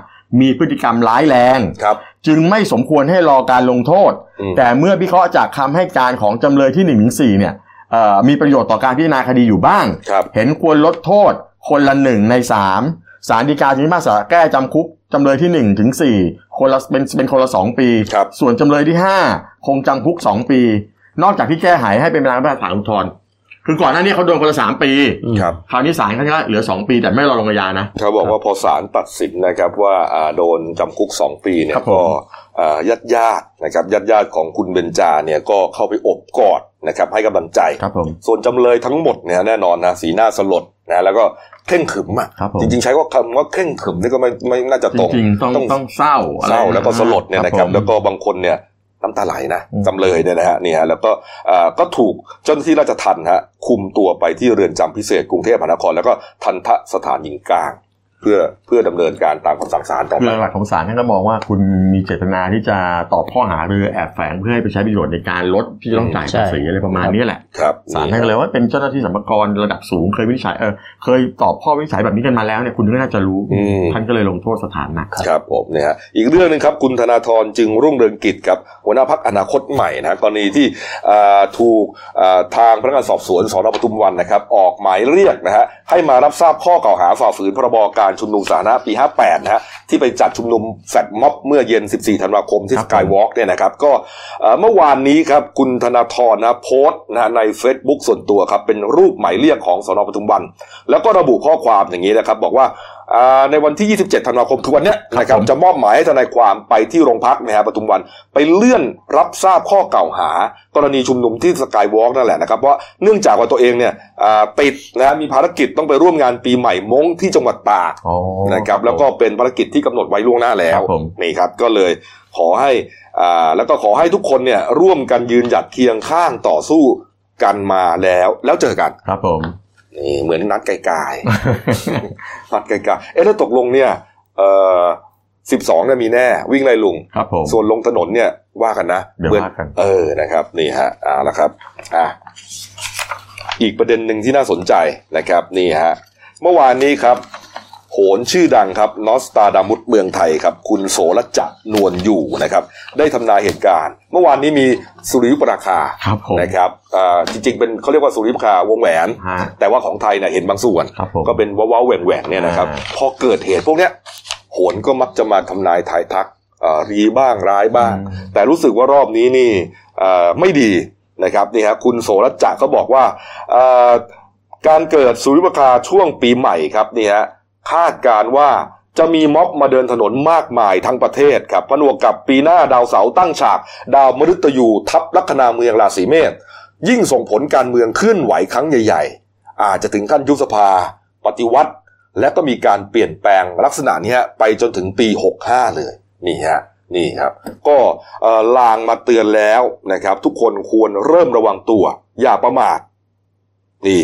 Speaker 2: 5 มีพฤติกรรมร้ายแรง
Speaker 1: ครับ
Speaker 2: จึงไม่สมควรให้รอการลงโทษ
Speaker 1: อืม
Speaker 2: แต่เมื่อพิเคราะห์จากคำให้การของจำเลยที่1นถึงสเนี่ยเอ่อมีประโยชน์ต่อการพิจารณาคดีอยู่บ้าง
Speaker 1: ครับ
Speaker 2: เห็นควรลดโทษคนละหนึ่งในสามศาลฎีกาจึงพิพากษาแก้จำคุกจำเลยที่1ถึง4คนละเป็นเป็นคนละ 2 ปี
Speaker 1: ครับ
Speaker 2: ส่วนจำเลยที่ 5 คงจำคุก 2 ปี นอกจากที่แก้ไขให้เป็นเวลาพิพากษาอุทธรณ์คือก่อนหน้านี้เขาโดนคนละ 3 ปี
Speaker 1: ครับ
Speaker 2: คราวนี้ศาลเขาก็เหลือ 2 ปีแต่ไม่รอลงอาญานะ
Speaker 1: เขาบอกว่าพอศาลตัดสินนะครับว่าอ่าโดนจำคุก 2 ปีเนี่
Speaker 2: ครั
Speaker 1: ย
Speaker 2: บผม
Speaker 1: ก็ญาติญาติๆนะครับญาติญาติๆของคุณเบญจาเนี่ยก็เข้าไปอบกอดนะครับให้กำลังใจ
Speaker 2: ครับผม
Speaker 1: ส่วนจำเลยทั้งหมดเนี่ยแน่นอนนะสีหน้าสลดนะแล้วก็เคร่งขรึมอ่ะ
Speaker 2: ครับผม
Speaker 1: จริงๆ ใช้ว่าคำว่าเคร่งขรึมนี่ก็ไม่ไม่น่าจะ
Speaker 2: จ
Speaker 1: ตรง
Speaker 2: ริงๆ ต้องต้องเศร้าอะไร
Speaker 1: เศร้าแล้วก็สลดเนี่ยนะครับ
Speaker 2: ผม
Speaker 1: แล้วก็บางคนเนี่ยน้ำตาไหลนะ
Speaker 2: อืม
Speaker 1: จำเลยเนี่ยนะฮะเนี่ยแล้วก็อ่าก็ถูกเจ้าหน้าที่ราชทัณฑ์ฮะคุมตัวไปที่เรือนจำพิเศษกรุงเทพมหานคร แล้วก็ทันทสถานหญิงกลาง เพื่อเพื่อดำเนินการตามคำสั่งศาลต่อ
Speaker 2: คือ
Speaker 1: ไป
Speaker 2: หลักของศาลท่านก็มองว่าคุณมีเจตนาที่จะตอบข้อหาหรือแอบแฝงเพื่อให้ไปใช้ประโยชน์ในการลดที่จะต้องจ่ายภาษี
Speaker 3: ใช่
Speaker 2: อะไรประมาณนี้แหละ
Speaker 1: ครับ
Speaker 2: ศาลให้ก็เลยว่าเป็นเจ้าหน้าที่สรรพากรระดับสูงเคยวินิจฉัยเออเคยตอบข้อวินิจฉัยแบบนี้กันมาแล้วเนี่ยคุณก็น่าจะรู้
Speaker 1: อืม
Speaker 2: ท่านก็เลยลงโทษสถานหนัก
Speaker 1: ครับผมเนี่ยฮะอีกเรื่องหนึ่งครับคุณธนาธรจึงรุ่งเรืองกิจครับหัวหน้าพักอนาคตใหม่นะกรณีที่อ่าถูกอ่าทางพนักงานสอบสวนสนปทุมวันนะครับ ออกหมายเรียกนะฮะให้มารับทราบข้อกล่าวหาฝ่าฝืนพรบการชุมนุมสาธารณะปี 58นะฮะที่ไปจัดชุมนุมแฟดม็อบเมื่อเย็น 14 ธันวาคมที่
Speaker 2: ครั
Speaker 1: ส
Speaker 2: บ
Speaker 1: กายวอล์กเนี่ยนะครับก็เอ่อเมื่อวานนี้ครับคุณธนาธรนะโพสต์นะฮะใน Facebook ส่วนตัวครับเป็นรูปหมายเรียกของสนปทุมวัน แล้วก็ระบุข้อความอย่างนี้นะครับ บอกว่าอ่าในวันที่ 27 ธันวาคมคือวันเนี้ยนะครับจะมอบหมายให้ทนายความไปที่โรงพักนะฮะปทุมวัน ไปเลื่อนรับทราบข้อกล่าวหา กรณีชุมนุมที่สกายวอล์กนั่นแหละนะครับเพราะเนื่องจากว่าตัวเองเนี่ยอ่าติดนะฮะมีภารกิจต้องไปร่วมงานปีใหม่มงที่จังหวัดตาก
Speaker 2: อ๋อ
Speaker 1: นะครับแล้วก็เป็นภารกิจที่กำหนดไว้ล่วงหน้าแล้
Speaker 2: คว รับผม
Speaker 1: นี่ครับก็เลยขอให้อ่าแล้วก็ขอให้ทุกคนเนี่ยร่วมกันยืนหยัดเคียงข้างต่อสู้กันมาแล้ว แล้วเจอกัน
Speaker 2: ครับผม
Speaker 1: นี่เหมือนนัดไกลๆ นัดไกลๆเอ๊ะแล้วตกลงเนี่ยเอ่อสิบสองเนี่ยมีแน่วิ่งไล่ลุง
Speaker 2: ครับผม
Speaker 1: ส่วนลงถนนเนี่ยว่ากันนะ
Speaker 2: เดี๋ยว
Speaker 1: หมือ
Speaker 2: ว่ากัน
Speaker 1: เออนะครับนี่ฮะเอาละครับอ่ะอีกประเด็นหนึ่งที่น่าสนใจนะครับนี่ฮะเมื่อวานนี้ครับ โหนชื่อดังครับนอสตาดามุสเมืองไทยครับ คุณโสรจักรนวลอยู่นะครับ ได้ทำนายเหตุการณ์ เมื่อวานนี้มีสุริยุปราคา
Speaker 2: ครับผม
Speaker 1: นะครับอ่าจริงๆ เป็นเขาเรียกว่าสุริยุปราคาวงแหวน
Speaker 2: ฮะ
Speaker 1: แต่ว่าของไทยเนี่ยเห็นบางส่วน
Speaker 2: ครับผม
Speaker 1: ก็เป็นว้าวๆแหว่งแหว่งๆเนี่ยนะครับ
Speaker 2: อ่า
Speaker 1: พอเกิดเหตุพวกเนี้ยโหนก็มักจะมาทำนายทายทักเอ่อดีบ้างร้ายบ้าง แต่รู้สึกว่ารอบนี้นี่เอ่อไม่ดีนะครับนี่ฮะคุณโสรจักรก็บอกว่าเอ่อการเกิดสุริยุปราคาช่วงปีใหม่ครับนี่ฮะคาดการณ์ว่าจะมีม็อบมาเดินถนนมากมายทั้งประเทศครับผนวกกับปีหน้าดาวเสาร์ตั้งฉาก ดาวมฤตยูทับลัคนาเมืองราศีเมษยิ่งส่งผลการเมืองเคลื่อนไหวครั้งใหญ่ ๆ อาจจะถึงขั้นยุบสภา ปฏิวัติ และก็มีการเปลี่ยนแปลงลักษณะเนี้ยไปจนถึงปี 65 เลย นี่ฮะนี่ครับ ก็เอ่อลางมาเตือนแล้วนะครับ ทุกคนควรเริ่มระวังตัว อย่าประมาทนี่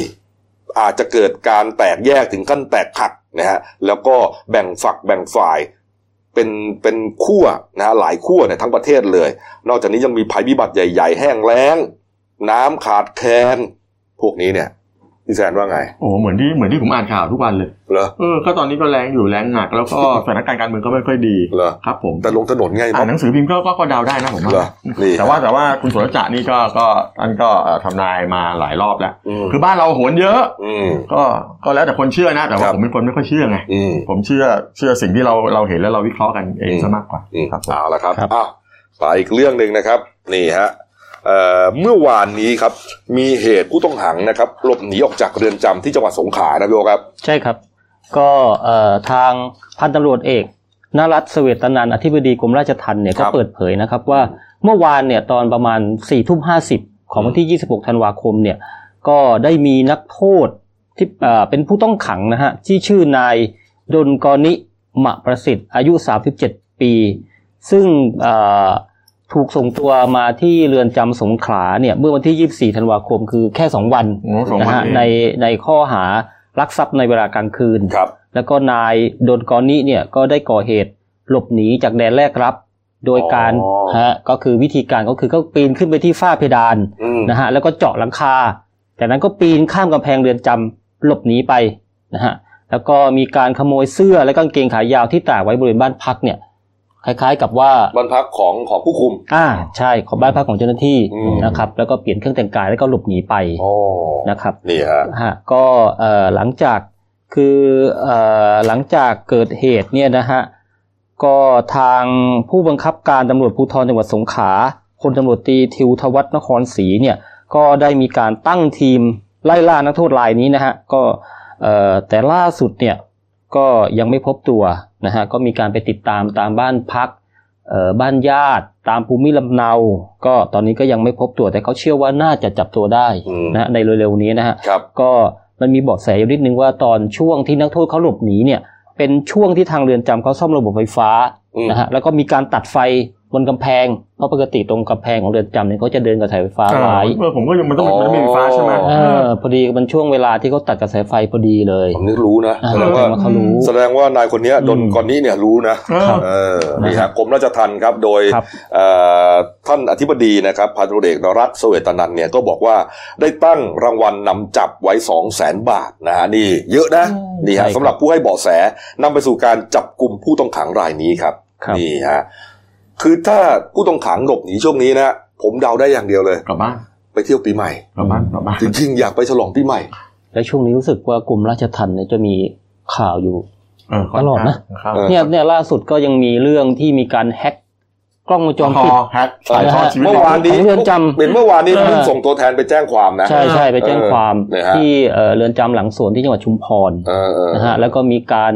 Speaker 1: อาจจะเกิดการแตกแยกถึงขั้นแตกหักนะฮะแล้วก็แบ่งฝักแบ่งฝ่ายเป็นเป็นขั้วนะฮะหลายขั้วเนี่ยทั้งประเทศเลย นอกจากนี้ยังมีภัยพิบัติใหญ่ ๆ แห้งแล้ง น้ำขาดแคลนพวกนี้เนี่ยพี่แซนว่าไง
Speaker 2: โอ้โหเหมือนที่เหมือนที่ผมอ่านข่าวทุกวันเลย
Speaker 1: เหรอ
Speaker 2: เออก็ตอนนี้ก็แรงอยู่แรงหนัก แล้วก็ สถานการณ์การเมืองก็ไม่ค่อยดี
Speaker 1: เหรอ
Speaker 2: ครับผม
Speaker 1: แต่ลงถนนไง
Speaker 2: อ่า
Speaker 1: มั้
Speaker 2: น
Speaker 1: ง
Speaker 2: หนังสือพิมพ์ก็ก็ก็เดาวได้นะผม
Speaker 1: เหรอ
Speaker 2: ว่า
Speaker 1: นี่
Speaker 2: แต่ว่าแต่ว่าคุณสุรจะนี่ก็ก็อันก็เอ่อทำนายมาหลายรอบแล้ว
Speaker 1: อืม
Speaker 2: คือบ้านเราโหนเยอะ
Speaker 1: อืม
Speaker 2: ก็ก็แล้วแต่คนเชื่อนะ แต่
Speaker 1: ค
Speaker 2: ว่า
Speaker 1: รับ
Speaker 2: ผมเป็นคนไม่ค่อยเชื่อไง
Speaker 1: อืม
Speaker 2: ผมเชื่อเชื่อสิ่งที่เราเราเห็นแล้วเราวิเคราะห์กันเอง
Speaker 1: อืม
Speaker 2: ซะมากกว่า
Speaker 1: อืม
Speaker 2: ครับผม
Speaker 1: เอาละครับ
Speaker 2: ครับ
Speaker 1: อ้าวไปอีกเรื่องหนึ่งนะครับ นี่ฮะเอ่อเมื่อวานนี้ครับ มีเหตุผู้ต้องหังนะครับหลบหนีออกจากเรือนจำที่จังหวัดสงขลานะพี่โอครับ
Speaker 3: ใช่ครับ ก็เอ่อทางพันตำรวจเอกนรัตน์เสเวตนันท์อธิบดีกรมราชทัณฑ์เนี่ย
Speaker 1: ครั
Speaker 3: ก็
Speaker 1: บ
Speaker 3: เปิดเผยนะครับว่าเมื่อวานเนี่ยตอนประมาณ4ี่ทุ่มห้าสิบของวันที่ 26 ธันวาคมเนี่ยก็ได้มีนักโทษที่เอ่อเป็นผู้ต้องขังนะฮะที่ชื่อนายดนกรณิมะประสิทธิ์อายุ 37 ปี ซึ่งเอ่อถูกส่งตัวมาที่เรือนจำสงขลาเนี่ยเมื่อวันที่ 24 ธันวาคม คือแค่ 2 วัน
Speaker 2: โอ้สอง
Speaker 3: นะ
Speaker 2: วัน
Speaker 3: ฮะ
Speaker 2: เอง
Speaker 3: ในในข้อหารักทรัพย์ในเวลากลางคืน
Speaker 1: ครับ
Speaker 3: แล้วก็นายโดนกรณีเนี่ยก็ได้ก่อเหตุหลบหนีจากแดนแรกรับ โดยการ
Speaker 1: อ๋อ
Speaker 3: ฮะก็คือวิธีการก็คือก็ปีนขึ้นไปที่ฝ้าเพดาน
Speaker 1: อืม
Speaker 3: นะฮะแล้วก็เจาะหลังคา จากนั้นก็ปีนข้ามกำแพงเรือนจำหลบหนีไปนะฮะแล้วก็มีการขโมยเสื้อและกางเกงขายาวที่ตากไว้บริเวณบ้านพักเนี่ยคล้ายๆกับว่า
Speaker 1: บ้านพักของของผู้คุม
Speaker 3: อ่าใช่ของบ้านพักของเจ้าหน้าที่
Speaker 1: อืม
Speaker 3: นะครับแล้วก็เปลี่ยนเครื่องแต่งกายแล้วก็หลบหนีไป
Speaker 1: อ๋อ
Speaker 3: นะครับ
Speaker 1: นี่ฮะ
Speaker 3: ฮะก็เอ่อหลังจากคือเอ่อหลังจากเกิดเหตุเนี่ยนะฮะก็ทางผู้บังคับการตำรวจภูธรจังหวัดสงขลาพลตำรวจตรีทิวทวัฒนครศรีเนี่ยก็ได้มีการตั้งทีมไล่ล่านักโทษรายนี้นะฮะก็เอ่อแต่ล่าสุดเนี่ยก็ยังไม่พบตัวนะฮะก็มีการไปติดตามตามบ้านพักเอ่อบ้านญาติ ตามภูมิลำเนา ก็ตอนนี้ก็ยังไม่พบตัวแต่เขาเชื่อว่าน่าจะจับตัวได้
Speaker 1: อืม
Speaker 3: นะฮะในเร็วๆนี้นะฮะ
Speaker 1: ครับ
Speaker 3: ก็มันมีเบาะแสอยู่นิดนึงว่าตอนช่วงที่นักโทษเขาหลบหนีเนี่ยเป็นช่วงที่ทางเรือนจำเขาซ่อมระบบไฟฟ้า
Speaker 1: อืม
Speaker 3: นะฮะแล้วก็มีการตัดไฟบนกำแพงเพราะปกติตรงกำแพงของเรือนจำเนี่ยเขาจะเดินกระแสไฟฟ้า
Speaker 2: เออ
Speaker 3: ไว้
Speaker 2: เออผมก็ยังมันต้องมันไม่มีไฟฟ้าใช่ไหม
Speaker 3: เออพอดีมันช่วงเวลาที่เขาตัดกระแสไฟพอดีเลย
Speaker 1: ผมนึกรู้นะ
Speaker 3: อ่า
Speaker 1: แสดง
Speaker 3: แสดง
Speaker 1: ว่า
Speaker 3: ว่าเขารู้
Speaker 1: แสดงว่านายคนเนี้ยโดนก่อนนี้เนี่ยรู้นะ
Speaker 2: เออ
Speaker 1: เออนี่ฮะกรมราชทัณฑ์ครับโดย
Speaker 3: ครับ
Speaker 1: เอ่อท่านอธิบดีนะครับพันตำรวจเอกนรัตน์เสเวตนันท์เนี่ยก็บอกว่าได้ตั้งรางวัลนำจับไว้ 2 0 0แสนบาทนะฮะนี่เยอะนะ
Speaker 2: อืม
Speaker 1: นี่ฮะ
Speaker 3: ใช่ครับ
Speaker 1: สำหรับผู้ให้เบาะแสนำไปสู่การจับกลุ่มผู้ต้องขังรายนี้ครับ
Speaker 3: ครับ
Speaker 1: นี่ฮะคือถ้าผู้ต้องขังหลบหนีช่วงนี้นะผมเดาได้อย่างเดียวเลย
Speaker 2: กลับบ้าน
Speaker 1: ไปเที่ยวปีใหม่
Speaker 2: กลับบ้านกลับบ้าน
Speaker 1: จริงๆ อยากไปฉลองปีใหม่
Speaker 3: แล้วช่วงนี้รู้สึกว่ากลุ่มราชทัณฑ์เนี่ยจะมีข่าวอยู่
Speaker 2: เออ
Speaker 3: ตลอดนะ
Speaker 2: ครับ
Speaker 1: เออ
Speaker 3: เนี่ยเนี่ยล่าสุดก็ยังมีเรื่องที่มีการแฮ็กกล้องวงจร
Speaker 2: คอ
Speaker 3: ปิด
Speaker 2: แฮกสายคอชีวิต
Speaker 1: เมื่อวานนี้
Speaker 3: ของเรือนจำ
Speaker 1: เป็นเมื่อวานนี้
Speaker 3: เออ
Speaker 1: เพิ่งส่งตัวแทนไปแจ้งความนะ
Speaker 3: ใช่ใช่ไปแจ้งความ
Speaker 1: เออนะฮะ
Speaker 3: ที่เอ่อเรือนจำหลังสวนที่จังหวัดชุมพร
Speaker 1: เออเออ
Speaker 3: นะฮะแล้วก็มีการ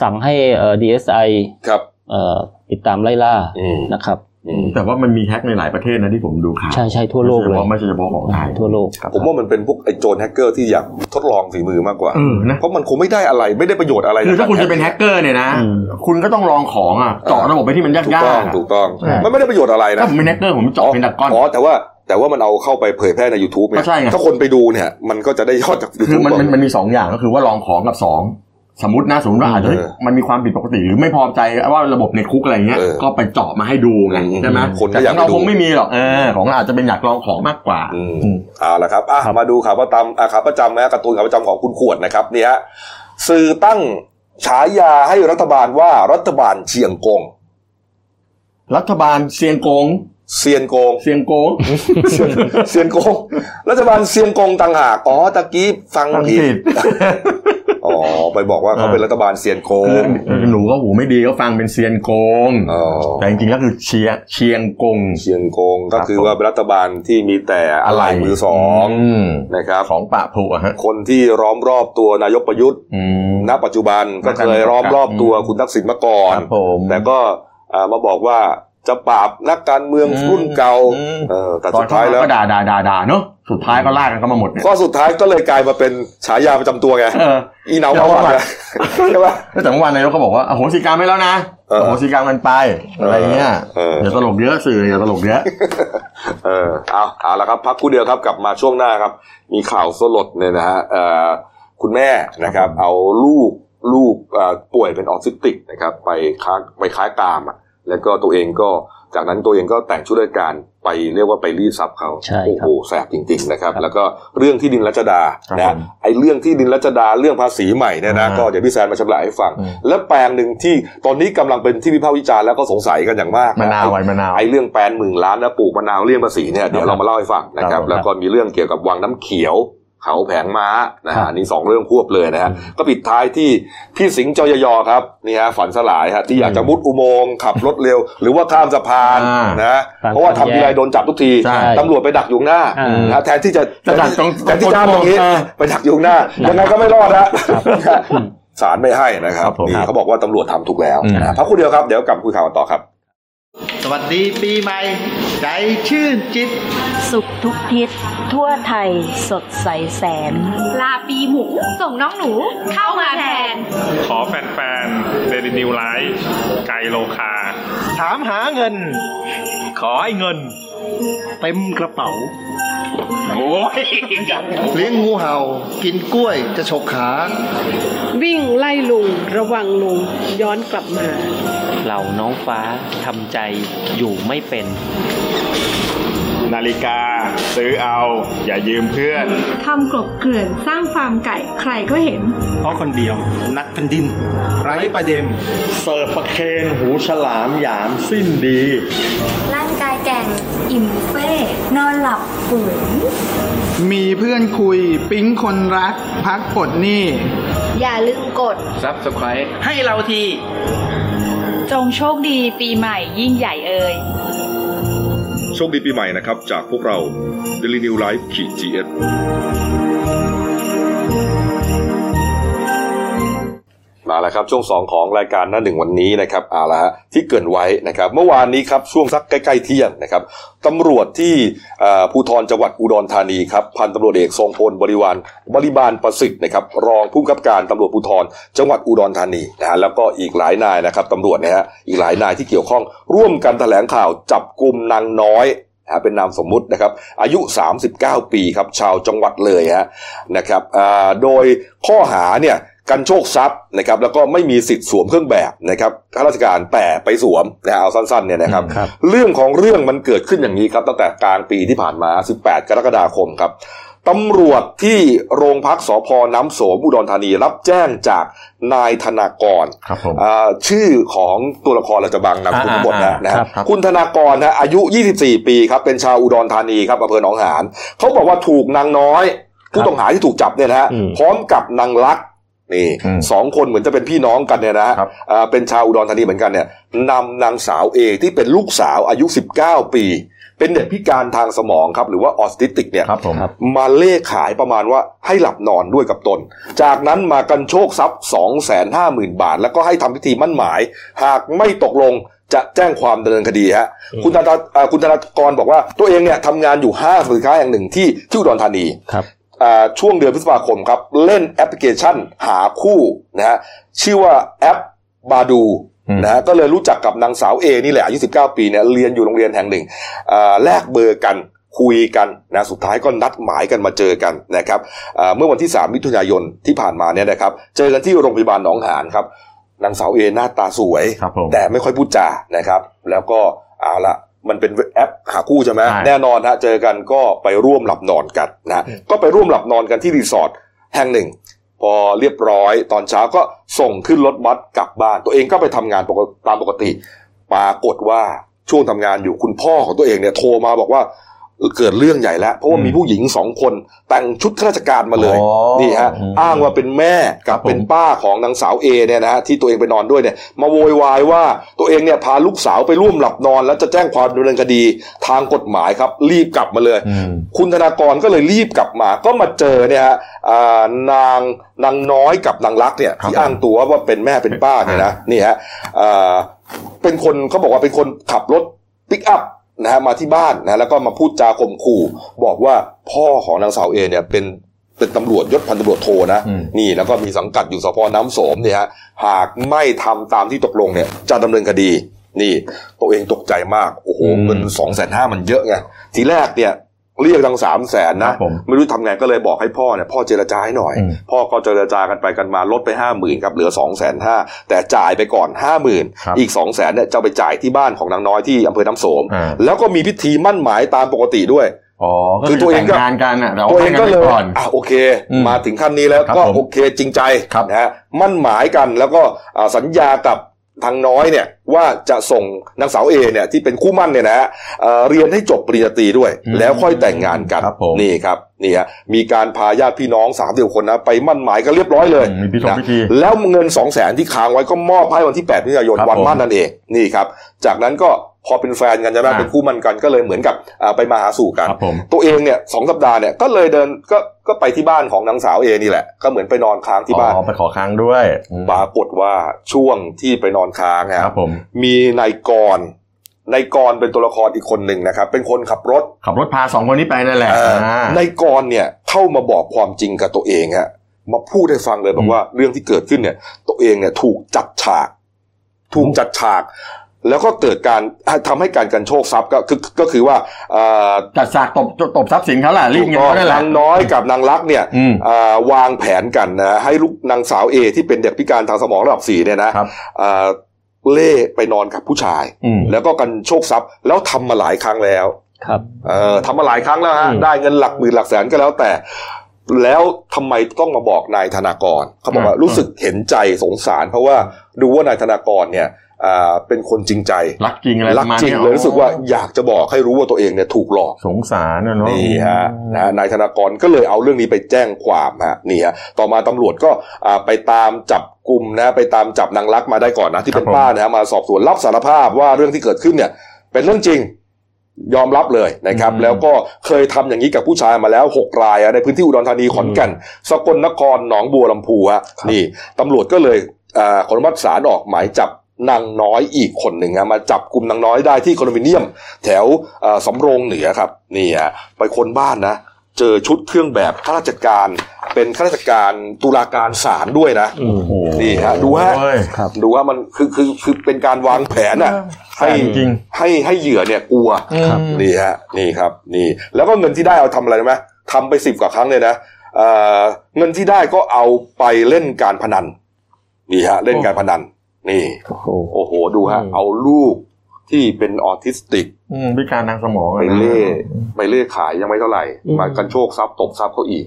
Speaker 3: สั่งให้เอ่อ DSI
Speaker 1: ครับ
Speaker 3: เอ่อติดตามไล่ล่า
Speaker 1: อืม
Speaker 3: นะครับ
Speaker 1: อืม
Speaker 2: แต่ว่ามันมีแฮกในหลายประเทศนะที่ผมดูข่าว
Speaker 3: ใช่ใช่ทั่วโลกเลย
Speaker 2: ไม่ใช่เฉพาะของไทย
Speaker 3: ทั่วโลก
Speaker 1: ผมว่ามันเป็นพวกไอ้โจรแฮกเกอร์ที่อยากทดลองฝีมือมากกว่า
Speaker 2: เออนะ
Speaker 1: เพราะมันคงไม่ได้อะไรไม่ได้ประโยชน์อะไร
Speaker 2: คือถ้าคุณจะเป็นแฮ
Speaker 1: จาก
Speaker 2: เกอร์เนี่ยนะ
Speaker 3: อืม
Speaker 2: คุณก็ต้องลองของอ่ะเจาะระบบไปที่มันยาก
Speaker 1: ถูก
Speaker 2: ๆ
Speaker 1: ต้อง
Speaker 2: อะ
Speaker 1: ถูกต้อง
Speaker 3: ใช่
Speaker 1: มันไม่ได้ประโยชน์อะไร
Speaker 2: ถ้า
Speaker 1: นะ
Speaker 2: ผมเป็นแฮกเกอร์ผมเจาะเป็นดักก้อน
Speaker 1: อ๋อแต่ว่าแต่ว่ามันเอาเข้าไปเผยแพร่ใน YouTube เนี่
Speaker 2: ก็
Speaker 1: ย
Speaker 2: ใช่ไง
Speaker 1: ถ้าคนไปดูเนี่ย มันก็จะได้ยอดจาก
Speaker 2: คือ
Speaker 1: YouTube
Speaker 2: มันมันมันมีสองอย่างก็คือว่าลองของกับสองสมมตินะสมมติว่าอาจจะเฮ้ย
Speaker 1: เออ
Speaker 2: มันมีความผิดปกติหรือไม่พอใจว่าระบบในคุกอะไรเงี้ย
Speaker 1: เออ
Speaker 2: ก็ไปเจาะมาให้ดูไง
Speaker 1: อืม
Speaker 2: ใช่ไหม
Speaker 1: คนก็
Speaker 2: แต่
Speaker 1: อยาก
Speaker 2: ของเรา
Speaker 1: ไปดู
Speaker 2: คงไม่มีหรอกเออของเราอาจจะเป็นอยากลองของมากกว่า
Speaker 1: อืม
Speaker 2: อืม
Speaker 1: เอาละครับอ่ะมาดูข่าวประจำอ่ะข่าวประจำนะการ์ตูนข่าวประจำของคุณขวดนะครับเนี่ยฮะสื่อตั้งฉายาให้รัฐบาลว่ารัฐบาลเชียงกง
Speaker 2: รัฐบาลเซียงกง
Speaker 1: เซียนโกง
Speaker 2: เซียงกง
Speaker 1: เซียนเซียนโกง รัฐบาลเซียนโกงต่างหากอ๋อตะกี้ฟัง
Speaker 2: ฟังผิ
Speaker 1: ผิด
Speaker 2: ด
Speaker 1: อ๋อไปบอกว่าเขาเป็นรัฐบาลเซียนโกง
Speaker 2: คือหนูก็หูไม่ดีก็ฟังเป็นเซียนกง
Speaker 1: อ๋อ
Speaker 2: แต่จริงๆแล้วคือเชียเชียงกง
Speaker 1: เซียนโกงก็คือ
Speaker 2: ครับผม
Speaker 1: ว่าเป็นรัฐบาลที่มีแต่อะไหล่มือสอง
Speaker 2: ม
Speaker 1: นะครับ
Speaker 2: ของปะผุอะฮะ
Speaker 1: คนที่ล้อมรอบตัวนายกประยุทธ์
Speaker 2: อืม
Speaker 1: ณปัจจุบันก็เคยล้อมรอบตัวคุณทักษิณมาก่อน
Speaker 2: ครับผม
Speaker 1: แต่ก็อ่ามาบอกว่าจะปราบนักการเมือง
Speaker 2: อืม
Speaker 1: รุ่นเก่า
Speaker 2: อืม
Speaker 1: เออแต่
Speaker 2: ตอ
Speaker 1: สุ
Speaker 2: น
Speaker 1: ด
Speaker 2: ท้า
Speaker 1: ท้ายย
Speaker 2: แล้
Speaker 1: แล้วว
Speaker 2: ก็ด่าด่าด่าด่าเนอะสุดท้ายก็ลากกันเข้ามาหมดเนี่ย
Speaker 1: ข้อสุดท้ายก็เลยกลายมาเป็นฉายาประจำตัวไง
Speaker 2: เออ
Speaker 1: อีเหนาเอาวัดอะใช่ปะ
Speaker 2: แต่เมื่อวานนายกก็บอกว่าอโหสิกรรมไม่แล้วนะ
Speaker 1: เออ
Speaker 2: อโหสิกรรมมันไปอะไรเงี้ย
Speaker 1: เออเอออ
Speaker 2: อย่าตลกเยอะสื่ออย่าตลกเยอะ
Speaker 1: เออเอาเอาละครับพักครู่เดียวครับกลับมาช่วงหน้าครับ มีข่าวสลดเนี่ยนะฮะเอ่อคุณแม่นะครับ เอาลูกลูกเอ่อป่วยเป็นออทิสติกนะครับ ไปค้าไปค้ากามอ่ะแล้วก็ตัวเองก็จากนั้นตัวเองก็แต่งชุดราชการไปเรียกว่าไปรีดทรัพย์เขา
Speaker 3: ใช่
Speaker 1: โอ้
Speaker 3: ครั
Speaker 1: โห
Speaker 3: บ
Speaker 1: แสบจริง ๆ นะครับ
Speaker 3: ครับ
Speaker 1: แล้วก็เรื่องที่ดินรัชดา
Speaker 2: ครับ
Speaker 1: นะ
Speaker 2: ผ
Speaker 1: ฮะ
Speaker 2: ม
Speaker 1: ไอ้เรื่องที่ดินรัชดาเรื่องภาษีใหม่เนี่ยนะ
Speaker 2: อ่า
Speaker 1: ก็เดี๋ยวพี่แซนมาชำระให้ฟัง
Speaker 2: อืม
Speaker 1: และแปลงหนึ่งที่ตอนนี้กำลังเป็นที่วิพากษ์วิจารณ์แล้วก็สงสัยกันอย่างมาก
Speaker 2: มะ
Speaker 1: นะ
Speaker 2: นาวไว้มะนาว
Speaker 1: ไอ้เรื่องแปลนหมื่นล้านนะปลูกมะนาวเลี่ยงภาษีเนี่ยเดี๋ยวเรามาเล่าให้ฟังนะค
Speaker 2: ครั
Speaker 1: รับ
Speaker 2: บ
Speaker 1: แล้วก็มีเรื่องเกี่ยวกับวังน้ำเขียว เขาแผงม้านะ
Speaker 3: ครั
Speaker 1: ฮะ
Speaker 3: บ
Speaker 1: อันนี่สองเรื่องควบเลยนะฮะก็ปิดท้ายที่พี่สิงห์จอยยอครับนี่ฮะฝันสลายฮะที่อยากจะมุดอุโมงค์ขับรถเร็ว หรือว่าข้ามสะพานนะเพราะว่าทำทีไรโดนจับทุกที
Speaker 2: ใช่
Speaker 1: ตำรวจไปดักอยู่ข้างหน้า
Speaker 3: อ่า
Speaker 1: นะฮะแทนที่จะ
Speaker 2: จะดักตรง
Speaker 1: แทนที่จะทำอย่างนี้
Speaker 2: อ่า
Speaker 1: ไปดักอยู่ข้างหน้ายังไงก็ไม่รอดนะ
Speaker 3: อืม
Speaker 1: ศาลไม่ให้นะครั
Speaker 2: ครับ บผม
Speaker 1: นี่เขาบอกว่าตำรวจทำถูกแล้ว
Speaker 2: อืม
Speaker 1: นะฮะพักครู่เดียวครับเดี๋ยวกลับมาคุยข่าวกันต่อครับ
Speaker 4: สวัสดีปีใหม่ ใจชื่นจิต
Speaker 5: สุขทุกทิศทั่วไทยสดใสแสน
Speaker 6: ลาปีหมู ส่งน้องหนูเข้ามาแทน
Speaker 7: ขอแฟนๆเดลินิวไลฟ์ไกลโลคา
Speaker 4: ถามหาเงิน ขอให้เงิน เต็มกระเป๋า
Speaker 8: เลี้ยงงูเห่า กินกล้วยจะฉกขา
Speaker 9: วิ่งไล่ลุงระวังลุงย้อนกลับมา
Speaker 10: เหล่าน้องฟ้าทำใจอยู่ไม่เป็น
Speaker 7: นาฬิกา ซื้อเอา อย่ายืมเพื่อน
Speaker 6: ทำกลบเกลื่อนสร้างฟาร์มไก่ใครก็เห็น
Speaker 4: เพราะคนเดียว นักแผ่นดิน ไร้ประเด็น เสิร์ฟประเคนหูฉลามหยามสิ้นดี
Speaker 6: ร่างกายแก่ง อิ่มเฟ้นอนหลับปุ๋ย
Speaker 11: มีเพื่อนคุย ปิ๊งคนรัก พักปลดหนี้
Speaker 6: อย่าลืมกด
Speaker 11: ให้เราที
Speaker 5: จงโชคดีปีใหม่ยิ่งใหญ่เอ่ย
Speaker 1: โชคดีปีใหม่นะครับ จากพวกเรา Daily New Life ขีด GS มาแล้วครับ ช่วง 2 ของรายการหน้าหนึ่งวันนี้นะครับเอาละฮะที่เกรินไว้นะครับ เมื่อวานนี้ครับ ช่วงสักใกล้ ๆ เที่ยงนะครับตำรวจที่เอ่อภูธรจังหวัดอุดรธานีครับ พันตำรวจเอกทรงพลบริวารบริบาลประสิทธิ์นะครับ รองผู้กำกับการตำรวจภูธรจังหวัดอุดรธานีนะฮะแล้วก็อีกหลายนายนะครับตำรวจนะฮะอีกหลายนายที่เกี่ยวข้อง ร่วมกันแถลงข่าวจับกลุ่มนางน้อยนะฮะเป็นนามสมมุตินะครับ อายุ 39 ปีครับ ชาวจังหวัดเลยฮะ นะครับอ่าโดยข้อหาเนี่ยกันโชคทรัพย์นะครับแล้วก็ไม่มีสิทธิ์สวมเครื่องแบบนะครับข้าราชการแต่ไปสวมนะเอาสั้นๆเนี่ยนะครับ
Speaker 3: ครับ
Speaker 1: เรื่องของเรื่องมันเกิดขึ้นอย่างนี้ครับตั้งแต่กลางปีที่ผ่านมา 18 กรกฎาคมครับตำรวจที่โรงพักสพน้ำโสมอุดรธานีรับแจ้งจากนายธนากร
Speaker 2: ครับผม
Speaker 1: อ่าชื่อของตัวละครเราจะบังนำคุณทั้งหมดนะ
Speaker 2: อ่า
Speaker 1: นะ
Speaker 2: ครั
Speaker 1: ฮะ
Speaker 2: บครับ
Speaker 1: คุณธนากรนะอายุ 24 ปีครับ เป็นชาวอุดรธานีครับอำเภอหนองหานเขาบอกว่าถูกนางน้อย ผู้ต้องหาที่ถูกจับเนี่ยนะฮะ
Speaker 3: อืม
Speaker 1: พร้อมกับนางลักษณ์นี่
Speaker 2: อืม
Speaker 1: สองคนเหมือนจะเป็นพี่น้องกันเนี่ยนะฮะ
Speaker 2: ครับ
Speaker 1: อ่าเป็นชาวอุดรธานีเหมือนกันเนี่ยนำนางสาวเอที่เป็นลูกสาวอายุ 19 ปี เป็นเด็กพิการทางสมองครับ หรือว่าออสติติกเนี่ย
Speaker 2: ครับผม
Speaker 1: มาเล่ขายประมาณว่าให้หลับนอนด้วยกับตน จากนั้นมากันโชคทรัพย์ 250,000 บาท แล้วก็ให้ทำพิธีมั่นหมาย หากไม่ตกลงจะแจ้งความดำเนินคดีฮะคุณธนาเอ่อคุณธนากรบอกว่าตัวเองเนี่ยทำงานอยู่ห้างสรรพสินค้าแห่งหนึ่งที่ที่อุดรธานี
Speaker 3: ครับ
Speaker 1: อ่าช่วงเดือนพฤษภาคมครับ เล่นแอปพลิเคชันหาคู่นะฮะชื่อว่าแอปบาดู
Speaker 2: อืม
Speaker 1: นะฮะก็เลยรู้จักกับนางสาวเอนี่แหละอายุ19 ปีเนี่ยเรียนอยู่โรงเรียนแห่งหนึ่ง เอ่อแลกเบอร์กันคุยกันนะสุดท้ายก็นัดหมายกันมาเจอกันนะครับเอ่อเมื่อวันที่ 3 มิถุนายนที่ผ่านมาเนี่ยนะครับ เจอกันที่โรงพยาบาลหนองหานครับนางสาวเอหน้าตาสวย
Speaker 2: ครับผม
Speaker 1: แต่ไม่ค่อยพูดจานะครับ แล้วก็เอาละมันเป็นแอปหาคู่ใช่ไหม
Speaker 2: ใช่
Speaker 1: แน่นอนฮะเจอกันก็ไปร่วมหลับนอนกันนะก็ไปร่วมหลับนอนกันที่รีสอร์ทแห่งหนึ่ง พอเรียบร้อยตอนเช้าก็ส่งขึ้นรถบัสกลับบ้าน ตัวเองก็ไปทำงานปกติตามปกติ ปรากฏว่าช่วงทำงานอยู่คุณพ่อของตัวเองเนี่ยโทรมาบอกว่าเกิดเรื่องใหญ่แล้ว เพราะว่า
Speaker 2: อืม
Speaker 1: มีผู้หญิงสองคนแต่งชุดข้าราชการมาเลย
Speaker 2: อ๋อ
Speaker 1: นี่ฮะ
Speaker 2: อืม
Speaker 1: อ้างว่าเป็นแม่กับ
Speaker 2: ครับผม
Speaker 1: เป็นป้าของนางสาวเอเนี่ยนะฮะที่ตัวเองไปนอนด้วยเนี่ยมาโวยวายว่าตัวเองเนี่ยพาลูกสาวไปร่วมหลับนอน แล้วจะแจ้งความดำเนินคดีทางกฎหมายครับ รีบกลับมาเลย
Speaker 2: อืม
Speaker 1: คุณธนากรก็เลยรีบกลับมาก็มาเจอเนี่ยฮะอ่านางนางน้อยกับนางรักเนี่ย
Speaker 2: ครับ
Speaker 1: ที่อ้างตัวว่าเป็นแม่เป็นป้าเนี่ยนะนี่ฮะอ่าเป็นคนเขาบอกว่าเป็นคนขับรถปิกอัพนะฮะมาที่บ้านนะแล้วก็มาพูดจาข่มขู่ บอกว่าพ่อของนางสาวเอเนี่ยเป็นเป็นตำรวจยศพันตำรวจโทนะ
Speaker 2: อืม
Speaker 1: นี่แล้วก็มีสังกัดอยู่สพน้ำโสมเนี่ยฮะหากไม่ทำตามที่ตกลงเนี่ยจะดำเนินคดี นี่ตัวเองตกใจมาก โอ้โห
Speaker 2: อืม
Speaker 1: เงินสองแสนห้ามันเยอะไง ทีแรกเนี่ยเรียกตังสามแสนนะ ไม่รู้ทำไงก็เลยบอกให้พ่อเนี่ยพ่อเจรจาให้หน่อย
Speaker 2: อืม
Speaker 1: พ่อก็เจรจากันไปกันมาลดไปห้าหมื่นครับเหลือสองแสนห้าแต่จ่ายไปก่อนห้าหมื่นอีกสองแสนเนี่ยจะเอาไปจ่ายที่บ้านของนางน้อยที่อำเภอน้ำโสม
Speaker 2: อ่า
Speaker 1: แล้วก็มีพิธีมั่นหมายตามปกติด้วย
Speaker 2: อ๋อก็
Speaker 1: คื
Speaker 2: คือ อ
Speaker 1: ตัวเอ
Speaker 2: แต่
Speaker 1: ง
Speaker 2: ง
Speaker 1: ก็
Speaker 2: งานกันอ่ะเรา
Speaker 1: ตัวเอ
Speaker 2: ให้
Speaker 1: ง
Speaker 2: กัน
Speaker 1: ก็
Speaker 2: ไป
Speaker 1: เลย
Speaker 2: ก่อน
Speaker 1: อ่ะโอเค
Speaker 2: อืม
Speaker 1: มาถึงขั้นนี้แล้ว
Speaker 2: ครับ
Speaker 1: ก็
Speaker 2: ผม
Speaker 1: โอเคจริงใจนะฮะมั่นหมายกันแล้วก็อ่าสัญญากับทางน้อยเนี่ยว่าจะส่งนางสาวเอเนี่ยที่เป็นคู่มั่นเนี่ยนะฮะเอ่อเรียนให้จบปริญญาตรีด้วย
Speaker 2: อืม
Speaker 1: แล้วค่อยแต่งงานกัน
Speaker 2: ครับผม
Speaker 1: นี่ครับนี่ฮะมีการพาญาติพี่น้องสามสิบคนนะไปมั่นหมายกันเรียบร้อยเลย
Speaker 2: มีพิธี
Speaker 1: นะ
Speaker 2: พิธี
Speaker 1: แล้วเงิน2องแสนที่ค้างไว้ก็มอบให้วันที่8มิถุนายน
Speaker 2: ครับ
Speaker 1: วัน
Speaker 2: ผม
Speaker 1: มั่นนั่นเองนี่ครับ จากนั้นก็พอเป็นแฟนกันใช่ไหม
Speaker 2: อ่า
Speaker 1: เป็นคู่มันกันก็เลยเหมือนกับอ่าไปมาหาสู่กัน
Speaker 2: ครับผม
Speaker 1: ตัวเองเนี่ยสองสัปดาห์เนี่ยก็เลยเดินก็ก็ไปที่บ้านของนางสาวเอนี่แหละ ก็เหมือนไปนอนค้างที่บ้าน
Speaker 2: อ๋อไปขอค้างด้วยอืม
Speaker 1: ปรากฏว่าช่วงที่ไปนอนค้าง
Speaker 2: ค
Speaker 1: นะ
Speaker 2: รับผม
Speaker 1: มีนายกรนายกรเป็นตัวละครอีกคนหนึ่งนะครับ เป็นคนขับรถ
Speaker 2: ขับรถพาสองคนนี้ไปนั่นแหละอ่า
Speaker 1: ในายกรเนี่ยเข้ามาบอกความจริงกับตัวเองฮะมาพูดให้ฟังเลยบอกว่าเรื่องที่เกิดขึ้นเนี่ย ตัวเองเนี่ยถูกจัดฉาก ถูกจัดฉาก แล้วก็เกิดการทำให้การกันโชคทรัพย์ก็คือก็คือว่าเอ่อ
Speaker 2: จัดฉากตบตบทรัพย์สินเขาแหละรีบเงินเขาได้แหละ
Speaker 1: นางน้อยกับนางรักเนี่ย
Speaker 2: อืม
Speaker 1: เอ่อวางแผนกันนะให้ลูกนางสาวเอที่เป็นเด็กพิการทางสมองระดับสี่เนี่ยนะครับเอ่อเล่ไปนอนกับผู้ชาย
Speaker 2: อืม
Speaker 1: แล้วก็กันโชคทรัพย์ แล้วทำมาหลายครั้งแล้ว
Speaker 3: ครับ
Speaker 1: เออทำมาหลายครั้งแล้วฮะ
Speaker 3: อืม
Speaker 1: ได้เงินหลักหมื่นหลักแสนก็แล้วแต่ แล้วทำไมต้องมาบอกนายธนากรเขาบอกว่า
Speaker 2: อืม
Speaker 1: รู้สึกเห็นใจสงสาร เพราะว่าดูว่านายธนากรเนี่ยอ่าเป็นคนจริงใจ
Speaker 2: รักจริงอะไร
Speaker 1: รัก
Speaker 2: ปะมาณ
Speaker 1: จริง
Speaker 2: นี้
Speaker 1: เลยรู้สึกว่าอยากจะบอกให้รู้ว่าตัวเองเนี่ยถูกหลอก
Speaker 2: สงสารนะเนาะ
Speaker 1: นี่ฮะนะนายธนากรก็เลยเอาเรื่องนี้ไปแจ้งความฮะนี่ฮะต่อมาตำรวจก็อ่าไปตามจับกลุ่มนะไปตามจับนางรักมาได้ก่อนนะที่เป็น
Speaker 2: ครับผม
Speaker 1: ป้านะฮะมาสอบสวนรับสารภาพว่าเรื่องที่เกิดขึ้นเนี่ย เป็นเรื่องจริงยอมรับเลยนะครับ แล้วก็เคยทำอย่างนี้กับผู้ชายมาแล้ว 6 รายอะในพื้นที่อุดรธานีขอนแก่นสกลนครหนองบัวลำพูฮะนี่ตำรวจก็เลยอ่าขออนุมัติศาลออกหมายจับนางน้อยอีกคนหนึ่งฮะมาจับกลุ่มนางน้อยได้ที่คอนโดมิเนียม แถวเอ่อสำโรงเหนือครับนี่ฮะไปค้นบ้านนะ เจอชุดเครื่องแบบข้าราชการ เป็นข้าราชการตุลาการศาลด้วยนะ
Speaker 2: โอ้โห
Speaker 1: นี่ฮะดูฮะ
Speaker 2: โอ้ย
Speaker 1: ดูว่ามันคือคือคือเป็นการวางแผนอ่ะให้
Speaker 2: จริง
Speaker 1: ให้ให้เหยื่อเนี่ยกลัว
Speaker 2: ครับ
Speaker 1: นี่ฮะนี่ครับนี่แล้วก็เงินที่ได้เอาทำอะไรรู้ไหมทำไปสิบกว่าครั้งเลยนะเอ่อเงินที่ได้ก็เอาไปเล่นการพนันนี่ฮะเล่นการพนัน นี่
Speaker 3: โอ้โห
Speaker 1: โอ้โหดูฮะเอาลูกที่เป็นออทิสติก
Speaker 2: อืมพิการทางสมองอะ
Speaker 1: ไป
Speaker 2: นะ
Speaker 1: เล่ไปเล่ขายยังไม่เท่าไหร่
Speaker 3: อืม
Speaker 1: มากันโชคทรัพย์ตบทรัพย์เขาอีก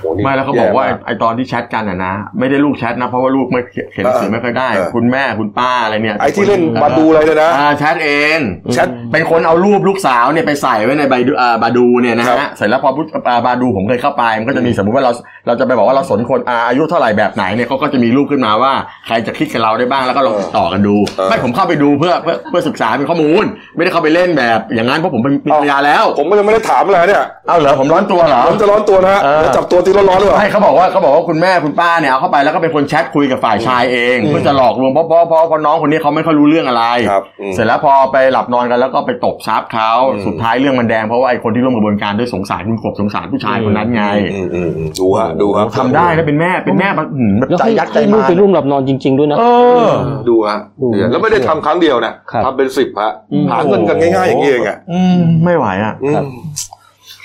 Speaker 1: โอ้นี่
Speaker 2: ไม่แล้วเขาบอกว่า
Speaker 1: ย่ม
Speaker 2: ไอตอนที่แชทกันอ่ะนะไม่ได้ลูกแชทนะเพราะว่าลูกไม่เขียนหนังสือไม่ค่อยได้
Speaker 1: เออ
Speaker 2: คุณแม่คุณป้าอะไรเนี่ย
Speaker 1: ไอ้ที่เล่นมาดูอะไรเลยนะ
Speaker 2: อ่าแชทเอง
Speaker 1: แชท
Speaker 2: เป็นคนเอารูปลูกสาวเนี่ยไปใส่ไว้ในใบดูอ่าบาดูเนี่ยนะ
Speaker 1: ครั
Speaker 2: ฮะ
Speaker 1: บ
Speaker 2: เสร็จแล้วพอพุทอ่าบาดูผมเคยเข้าไปมันก็จะมีสมมุติว่าเราเราจะไปบอกว่าเราสนคนอาอายุเท่าไหร่แบบไหนเนี่ยเขาก็จะมีรูปขึ้นมาว่าใครจะคิดกับเราได้บ้างแล้วก็ลองติดต่อกันดูไม่ผมเข้าไปดูเพื่อเพื่อเพื่อศึกษาเป็นข้อมูล ไม่ได้เข้าไปเล่นแบบอย่างนั้นเพราะผมเป็นภรรยาแล้ว
Speaker 1: ผมก็ยังไม่ได้ถามเลยเนี่ย
Speaker 2: เอ้าเหรอผมร้อนตัวเหรอ
Speaker 1: ผมจะร้อนตัวนะฮะ
Speaker 2: เออ
Speaker 1: เดี๋ยวจับตัวที่ร้อนๆหรือเปล่า
Speaker 2: ไม่เขาบอกว่าเขาบอกว่าคุณแม่คุณป้าเนี่ยเอาเข้าไปแล้วก็เป็นคนแชทคุยกับฝ่ายชายเองเพื่อจะหลอกลวงเพราะเพราะเพราะเพราะน้องคนนี้เขาไม่ค่อยรู้เรื่องอะไร
Speaker 1: ครับอืม
Speaker 2: เสร็จแล้วพอไปหลับนอนกันแล้วก็ไปตบทรัพย์เขา
Speaker 1: อืม
Speaker 2: สุดท้ายเรื่องมันแดงเพราะว่าไอ้คนที่ร่วมกระบวนการด้วยสงสารคุณกบสงสารผู้ชายคนนั้นไง
Speaker 1: อืมอืมอืมดูฮะดูฮะ
Speaker 2: ทำได้แล้วเป็นแม่เป็นแม่แบบหืมแบบ
Speaker 3: แล้ว
Speaker 2: ใจ
Speaker 3: ให้
Speaker 2: ยักษ์ใจ
Speaker 3: ให้ลูก
Speaker 2: มา
Speaker 3: ไปร่วมหลับนอนจริง ๆด้วยนะ
Speaker 2: เออ
Speaker 1: ดูฮะ
Speaker 3: ดู
Speaker 1: เนี่ยแล้วไม่ได้ทำครั้งเดียวนะครับ ทำเป็นสิบฮะ
Speaker 2: อืม
Speaker 1: หาเงินกันง่ายๆอย่างนี้เองอ่ะ
Speaker 2: อืมไม่ไหวอ่ะ
Speaker 3: ครับ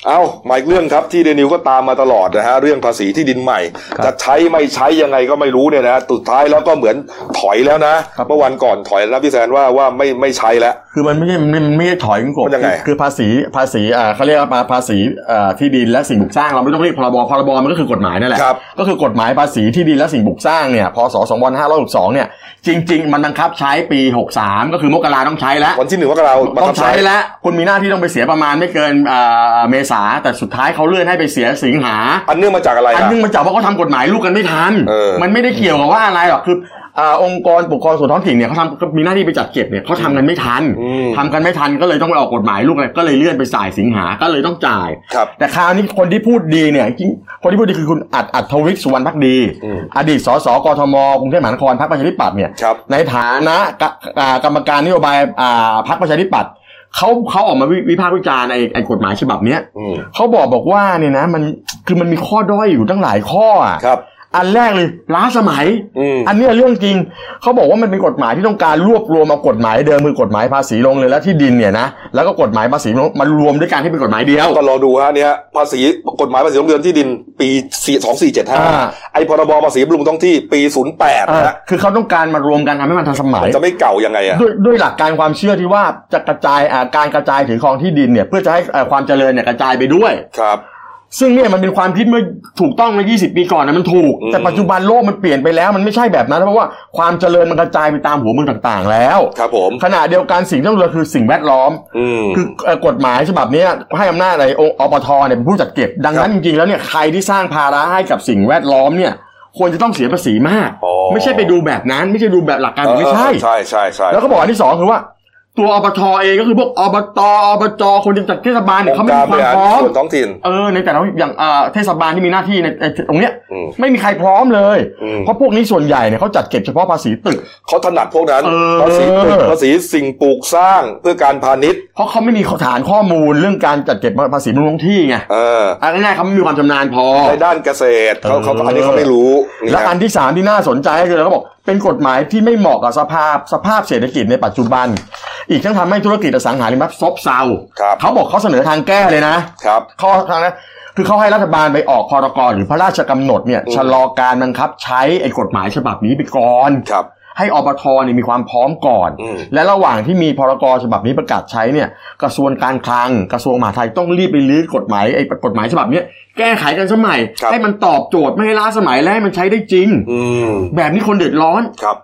Speaker 1: เอามาอีกเรื่องครับที่เดนิวก็ตามมาตลอดนะฮะเรื่องภาษีที่ดินใหม่
Speaker 3: ครับ
Speaker 1: จะใช้ไม่ใช้ยังไงก็ไม่รู้เนี่ยนะสุดท้ายแล้วก็เหมือนถอยแล้วนะ
Speaker 2: ครับ
Speaker 1: เมื่อวันก่อนถอยแล้วพี่แซนว่าว่าไม่ไม่ใช้แล้ว
Speaker 2: คือมันไม่ใช่มันมันไม่ได้ถอยคุณกบ
Speaker 1: มันยังไง
Speaker 2: คือคือภาษีภาษีอ่าเขาเรียกว่าภาษีอ่าที่ดินและสิ่งปลูกสร้างเราไม่ต้องเรียกพรบพรบมันก็คือกฎหมายนั่นแหละ
Speaker 1: ครับ
Speaker 2: ก็คือกฎหมายภาษีที่ดินและสิ่งปลูกสร้างเนี่ยพศ2562เนี่ยจริง ๆ มันบังคับใช้ปี 63 ก็คือมกราต้องใช้แล้ว
Speaker 1: วันที่หนึ่งมกราบัง
Speaker 2: ต้
Speaker 1: คั
Speaker 2: อบ ง
Speaker 1: ใช้
Speaker 2: ใช้แล้วคุณมีหน้าที่ต้องไปเสียประมาณไม่เกินอ่าเมษาแต่สุดท้ายเขาเลื่อนให้ไปเสียสิงหา
Speaker 1: อันเนื่องมาจากอะไร
Speaker 2: อัน
Speaker 1: ล่ะ
Speaker 2: นึงมันจับว่าเขาทำกฎหมายลูกกันไม่ทัน
Speaker 1: เออ
Speaker 2: มันไม่ได้เกี่ยวกับว่าอะไรหรอก คืออ่าองค์กรปกครองส่วนท้องถิ่นเนี่ยเขาทำเขามีหน้าที่ไปจัดเก็บเนี่ยเขาทำกันไม่ทัน
Speaker 1: อืม
Speaker 2: ทำกันไม่ทันก็เลยต้องไปออกกฎหมายลูกเลยก็เลยเลื่อนไปสายสิงหา ก็เลยต้องจ่าย
Speaker 1: ครับ
Speaker 2: แต่คราวนี้คนที่พูดดีเนี่ยจริงคนที่พูดดีคือคุณอัดอัดทวิกสุวรรณพักดี
Speaker 1: อืม
Speaker 2: อดีตสสกทมกรุงเทพมหานครพรรคประชาธิปัตย์เนี่ย
Speaker 1: ครับ
Speaker 2: ในฐานะกะอ่ากรรมการนโยบายอ่าพรรคประชาธิปัตย์เขาเขาออกมาวิวิพากษ์วิจารณ์ไอ้ไอ้กฎหมายฉบับเนี้ย
Speaker 1: อืม
Speaker 2: เขาบอกบอกว่าเนี่ยนะมันคือมันมีข้อด้อยอยู่ตั้งหลายข้ออ่ะ
Speaker 1: ครับ
Speaker 2: อันแรกเลยล้าสมัย อันเนี้ยเรื่องจริงเขาบอกว่ามันเป็นกฎหมายที่ต้องการรวบรวมเอากฎหมายเดิมคือกฎหมายภาษีโรงเรือนและที่ดินเนี่ยนะแล้วก็กฎหมายภาษีมารวมด้วยกันให้เป็นกฎหมายเดียว
Speaker 1: ก็รอดูฮะเนี่ยฮะภาษีกฎหมายภาษีโรงเรือนที่ดินปี2475ไอ้พรบภาษีบำรุงท้องที่ปี 08นะฮะ
Speaker 2: คือเขาต้องการมารวมกันทำให้มันทันสมัย
Speaker 1: จะไม่เก่ายังไงอะ
Speaker 2: ด้วยด้วยหลักการความเชื่อที่ว่าจะกระจายอ่าการกระจายถือครองที่ดินเนี่ย เพื่อจะให้อ่าความเจริญเนี่ยกระจายไปด้วย
Speaker 1: ครับ
Speaker 2: ซึ่งเนี่ยมันเป็นความคิดเมื่อถูกต้องเมื่อ20 ปีก่อนนะมันถูก
Speaker 1: อืม
Speaker 2: แต่ปัจจุบันโลกมันเปลี่ยนไปแล้วมันไม่ใช่แบบนั้นเพราะว่าความเจริญมันกระจายไปตามหัวเมืองต่างๆ แล้ว
Speaker 1: ครับผม
Speaker 2: ขณะเดียวกันสิ่งที่ต้องเรือคือสิ่งแวดล้อม
Speaker 1: อืม
Speaker 2: คือเอ่อกฎหมายฉบับเนี้ยให้อำนาจในองค์อปทเนี่ยเป็นผู้จัดเก็บ ดังนั้นจริงๆแล้วเนี่ยใครที่สร้างภาระให้กับสิ่งแวดล้อมเนี่ยควรจะต้องเสียภาษีมาก
Speaker 1: อ๋อ
Speaker 2: ไม่ใช่ไปดูแบบนั้น ไม่ใช่ดูแบบหลักการ
Speaker 1: เออ
Speaker 2: ไม่ใช่
Speaker 1: ใช่ใช่ใช่
Speaker 2: แล้วก็บอกอันที่สองคือว่า ตัวอบทเองก็คือพวกอบตอบจคนจัดเทศบาลเนี่ยเขาไม่มีความพร้อม
Speaker 1: องค์การบริหารส่วนท้องถิ่น
Speaker 2: เออในแต่ละอย่างอ่าเทศบาลที่มีหน้าที่ในในตรงเนี้ย
Speaker 1: อืม
Speaker 2: ไม่มีใครพร้อมเลย เพราะพวกนี้ส่วนใหญ่เนี่ยเขาจัดเก็บเฉพาะภาษีตึก
Speaker 1: เขาถนัดพวกนั้น
Speaker 2: เออ
Speaker 1: ภาษีตึกภาษีสิ่งปลูกสร้างเพื่อการพาณิชย์
Speaker 2: เพราะเขาไม่มีฐานข้อมูลเรื่องการจัดเก็บภาษีบำรุงท้องที่ไง
Speaker 1: เออ
Speaker 2: เอาง่ายๆเขาไม่มีความชำนาญพอ
Speaker 1: ในด้านเกษตรเขาเขา
Speaker 2: เอออั
Speaker 1: อันนี้เขาไม่รู้นี่
Speaker 2: และ
Speaker 1: ฮะ
Speaker 2: อันที่สามที่น่าสนใจก็คือเขาบอกเป็นกฎหมายที่ไม่เหมาะกับสภาพสภาพเศรษฐกิจในปัจจุบัน อีกทั้งทำให้ธุรกิจอสังหาริมทรัพย์ซบเซา
Speaker 1: ครับ
Speaker 2: เขาบอกเขาเสนอทางแก้เลยนะครับ ข้อทางนะคือเขาให้รัฐบาลไปออกพรกรหรือพระราชกำหนดเนี่ย
Speaker 1: อืม
Speaker 2: ชะลอการบังคับใช้ไอ้กฎหมายฉบับนี้ไปก่อน
Speaker 1: ครับ
Speaker 2: ให้อบทเนี่ยมีความพร้อมก่อน
Speaker 1: อืม
Speaker 2: และระหว่างที่มีพรกฉบับนี้ประกาศใช้เนี่ยกระทรวงการคลัง กระทรวงมหาดไทยต้องรีบไปรื้อกฎหมายไอ้กฎหมายฉบับเนี้ยแก้ไขกันสมัย
Speaker 1: ครับ
Speaker 2: ให้มันตอบโจทย์ไม่ให้ล้าสมัยและให้มันใช้ได้จริง
Speaker 1: อืม
Speaker 2: แบบนี้คนเดือดร้อน
Speaker 1: ครับ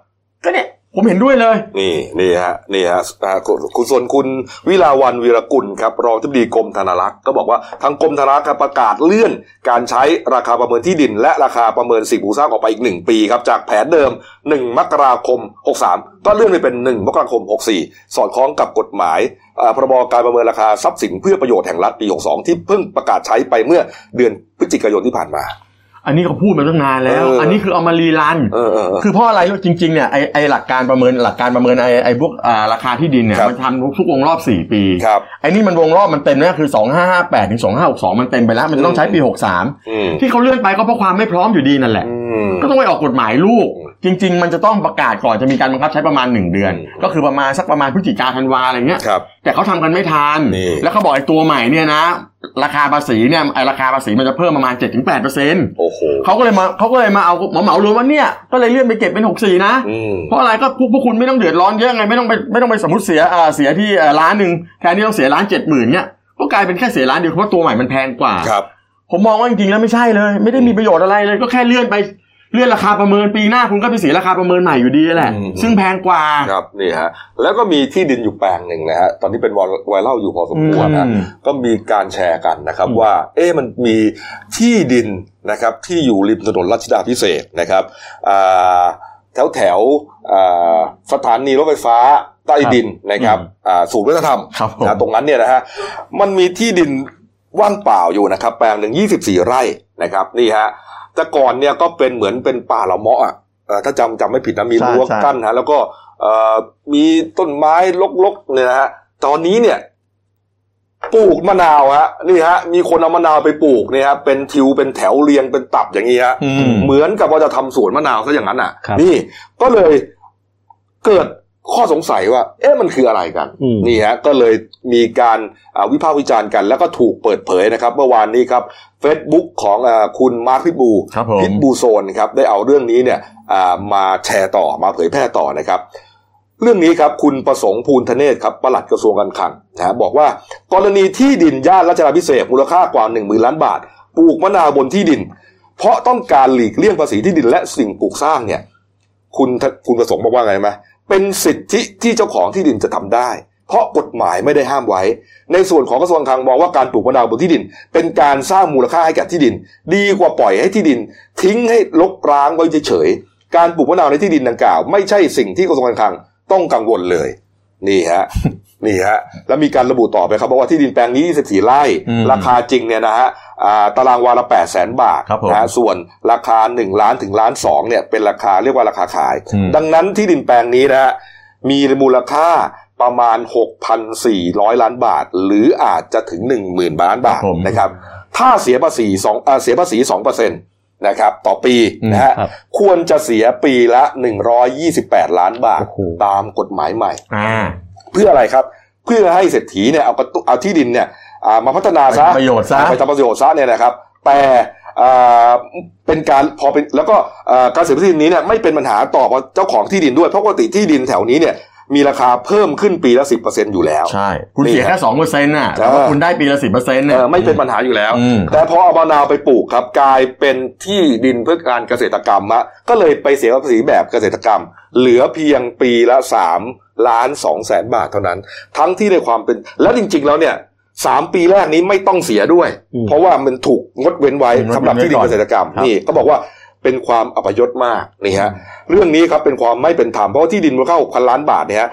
Speaker 2: ก็เนี่ยผมเห็นด้วยเลย
Speaker 1: นี่นี่ฮะนี่ฮะอ่าคุณคุณส่วนคุณวิลาวันวีรกุลครับรองทิบดีกรมธนารักษ์ก็บอกว่าทางกรมธนารักษ์ครับประกาศเลื่อน การใช้ราคาประเมินที่ดิน และราคาประเมินสิ่งปลูกสร้างออกไปอีก 1 ปีครับจากแผนเดิม 1 มกราคม 63 ก็เลื่อนไปเป็น 1 มกราคม 64 สอดคล้องกับกฎหมายอ่าพรบการประเมินราคาทรัพย์สินเพื่อประโยชน์แห่งรัฐปี 62 ที่เพิ่งประกาศใช้ไปเมื่อเดือนพฤศจิกายนที่ผ่านมา
Speaker 2: อันนี้ก็พูดมาตั้งนานแล้ว
Speaker 1: เอออั
Speaker 2: อันนี้คือเอามารีรัน
Speaker 1: เออเออเออ
Speaker 2: คือเพราะอะไรรู้จริงๆเนี่ยไอ้ไอ้หลักการประเมินหลักการประเมินไอ้ไอ้พวกอ่าราคาที่ดินเนี่ย
Speaker 1: ครับ
Speaker 2: มันทำทุกวงรอบ 4 ปี
Speaker 1: ครับ
Speaker 2: ไอ้นี่มันวงรอบมันเต็มแล้วคือ 2558ถึง2562 มันเต็มไปแล้ว มันจะต้องใช้ปี
Speaker 1: อืม
Speaker 2: 63 ที่เขาเลื่อนไปก็เพราะความไม่พร้อมอยู่ดีนั่นแหละ
Speaker 1: อืม
Speaker 2: ก็ต้องไปออกกฎหมายลูก จริง ๆ มันจะต้องประกาศก่อนจะมีการบังคับใช้ประมาณ 1 เดือน
Speaker 1: อืม
Speaker 2: ก็คือประมาณสักประมาณพฤศจิกาธันวาอะไรเงี้ย
Speaker 1: ครับ
Speaker 2: แต่เขาทำกันไม่ทัน
Speaker 1: นี่
Speaker 2: แล้วเขาบอกไอ้ตัวใหม่เนี่ยนะ ราคาภาษีเนี่ยไอ้ราคาภาษีมันจะเพิ่มประมาณ 7-8%เปอร์เซ็นต์
Speaker 1: โอ้โห
Speaker 2: เขาก็เลยมาเขาก็เลยมาเอาเหมาเหมารวมว่าเนี่ยก็เลยเลื่อนไปเก็บเป็น 64 นะ
Speaker 1: อืม
Speaker 2: เพราะอะไรก็พวกพวกคุณไม่ต้องเดือดร้อนเยอะไงไม่ต้องไปไม่ต้องไปสมมติเสียอ่าเสียที่อ่าล้านหนึ่งแทนที่ต้องเสียล้านเจ็ดหมื่นเนี่ยก็กลายเป็นแค่เสียล้านเดียวเพราะว่าตัวใหม่มันแพงกว่า
Speaker 1: ครับ
Speaker 2: ผมมองว่าจริงๆแล้วไม่ใช่เลย ไม่ได้มีประโยชน์อะไรเลย ก็แค่เลื่อนไปเลื่อนราคาประเมินปีหน้าคุณก็ไปเสียราคาประเมินใหม่อยู่ดีแหละ
Speaker 1: อืม
Speaker 2: ซึ่งแพงกว่า
Speaker 1: ครับนี่ฮะแล้วก็มีที่ดินอยู่แปลงหนึ่งนะฮะตอนนี้เป็นไวรัลอยู่พอสมควรนะ
Speaker 2: อืม
Speaker 1: ก็มีการแชร์กันนะครับว่า เอ๊ะมันมีที่ดินนะครับที่อยู่ริมถนนรัชดาพิเศษกนะครับอ่าแถวแถวอ่าสถานีรถไฟฟ้าใต้ดินนะครับอ่าศูนย์วัฒนธรรม
Speaker 2: ครับผม
Speaker 1: นะตรงนั้นเนี่ยนะฮะมันมีที่ดินว่างเปล่าอยู่นะครับ แปลงหนึ่ง24 ไร่นะครับนี่ฮะแต่ก่อนเนี่ยก็เป็นเหมือนเป็นป่าละเมาะอะเอ่อถ้าจำจำไม่ผิดนะมี
Speaker 2: ใช่
Speaker 1: รั้ว
Speaker 2: ใช่
Speaker 1: กั้นฮะแล้วก็ เอ่อมีต้นไม้ลกๆเนี่ยนะฮะ ตอนนี้เนี่ย ปลูกมะนาวฮะนี่ฮะ มีคนเอามะนาวไปปลูกเนี่ยฮะเป็นทิวเป็นแถวเรียงเป็นตับอย่างนี้ฮะ
Speaker 2: อืม
Speaker 1: เหมือนกับว่าจะทำสวนมะนาวซะอย่างนั้นอ่ะ
Speaker 3: ครับ
Speaker 1: นี่ก็เลยเกิดข้อสงสัยว่า เอ๊ะมันคืออะไรกัน
Speaker 3: อืม
Speaker 1: นี่ฮะก็เลยมีการอ่าวิพากษ์วิจารณ์กัน แล้วก็ถูกเปิดเผยนะครับ เมื่อวานนี้ครับ Facebook ของอาคุณมาร์คพิทบู
Speaker 2: ครับผม
Speaker 1: พิทบูโซนครับได้เอาเรื่องนี้เนี่ยอ่ามาแชร์ต่อมาเผยแพร่ต่อนะครับ เรื่องนี้ครับคุณประสงค์ภูลธเนศครับปลัดกระทรวงการคลังนะฮะบอกว่ากรณีที่ดินย่านรัชดาพิเศษกมูลค่ากว่า1นึ่งหมื่นล้านบาท ปลูกมะนาวบนที่ดิน เพราะต้องการหลีกเลี่ยงภาษีที่ดินและสิ่งปลูกสร้างเนี่ย คุณคุณประสงค์บอกว่าไงไหมเป็นสิทธิที่เจ้าของที่ดินจะทำได้ เพราะกฎหมายไม่ได้ห้ามไว้ ในส่วนของกระทรวงการคลังมองว่าการปลูกมะนาวบนที่ดิน เป็นการสร้างมูลค่าให้แก่ที่ดิน ดีกว่าปล่อยให้ที่ดิน ทิ้งให้ลกร้างไว้เฉยๆการปลูกมะนาวในที่ดินดังกล่าว ไม่ใช่สิ่งที่กระทรวงการคลังต้องกังวลเลย นี่ฮะ นี่ฮะแล้วมีการระบุต่อไปครับว่าที่ดินแปลงนี้ 24 ไร่
Speaker 2: อืม
Speaker 1: ราคาจริงเนี่ยนะฮะอ่าตารางวาละ8 0 0 0 0 บาท
Speaker 2: ครับผม
Speaker 1: นะฮะส่วนราคา 1 ล้านถึงล้าน2เนี่ยเป็นราคาเรียกว่าราคาขาย
Speaker 2: อืม
Speaker 1: ดังนั้นที่ดินแปลงนี้นะฮะมีมูลค่าประมาณ 6,400 ล้านบาท หรืออาจจะถึง 10,000 ล้านบาท
Speaker 2: ครับผม
Speaker 1: นะครับ ถ้าเสียภาษี2เอ่อเสียภาษี2%น นะครับ ต่อปีนะฮะควรจะเสียปีละ 128 ล้านบาทตามกฎหมายใหม่ เพื่ออะไรครับ เพื่อให้เศรษฐีเนี่ยเอากระตุเอาที่ดินเนี่ยอ่ามาพัฒนาซะ
Speaker 2: ไปทำประโยชน์ซะ
Speaker 1: ไปทำประโยชน์ซะเนี่ยนะครับ แต่อ่าเป็นการพอเป็นแล้วก็อ่าการเสียภาษีดินนี้เนี่ยไม่เป็นปัญหาต่อเจ้าของที่ดินด้วยเพราะปกติที่ดินแถวนี้เนี่ยมีราคาเพิ่มขึ้นปีละสิบเปอร์เซ็นอยู่แล้ว
Speaker 2: ใช่คุณเสียแค่สองเปอร์เซ็นต์น่ะแต่ว่าคุณได้ปีละสิบเปอร์เซ็นต์เนี่ย
Speaker 1: ไม่เป็นปัญหาอยู่แล้ว
Speaker 2: อืม
Speaker 1: แต่พอเอามะนาวไปปลูกครับกลายเป็นที่ดินเพื่อการเกษตรกรรมอะก็เลยไปเสียภาษีแบบเกษตรกรรม เหลือเพียงปีละสามล้านสองแสนบาทเท่านั้น ทั้งที่ในความเป็นแล้วจริง ๆ แล้วเนี่ยสามปีแรกนี้ไม่ต้องเสียด้วย เพราะว่ามันถูกงดเว้นไว้สำหรับที่ดินเกษตรกรรมนี่ก็บอกว่าเป็นความอัปยศมากนี่ฮะเรื่องนี้ครับเป็นความไม่เป็นธรรมเพราะว่าที่ดินมูลค่าหกพันล้านบาทเนี่ยฮะ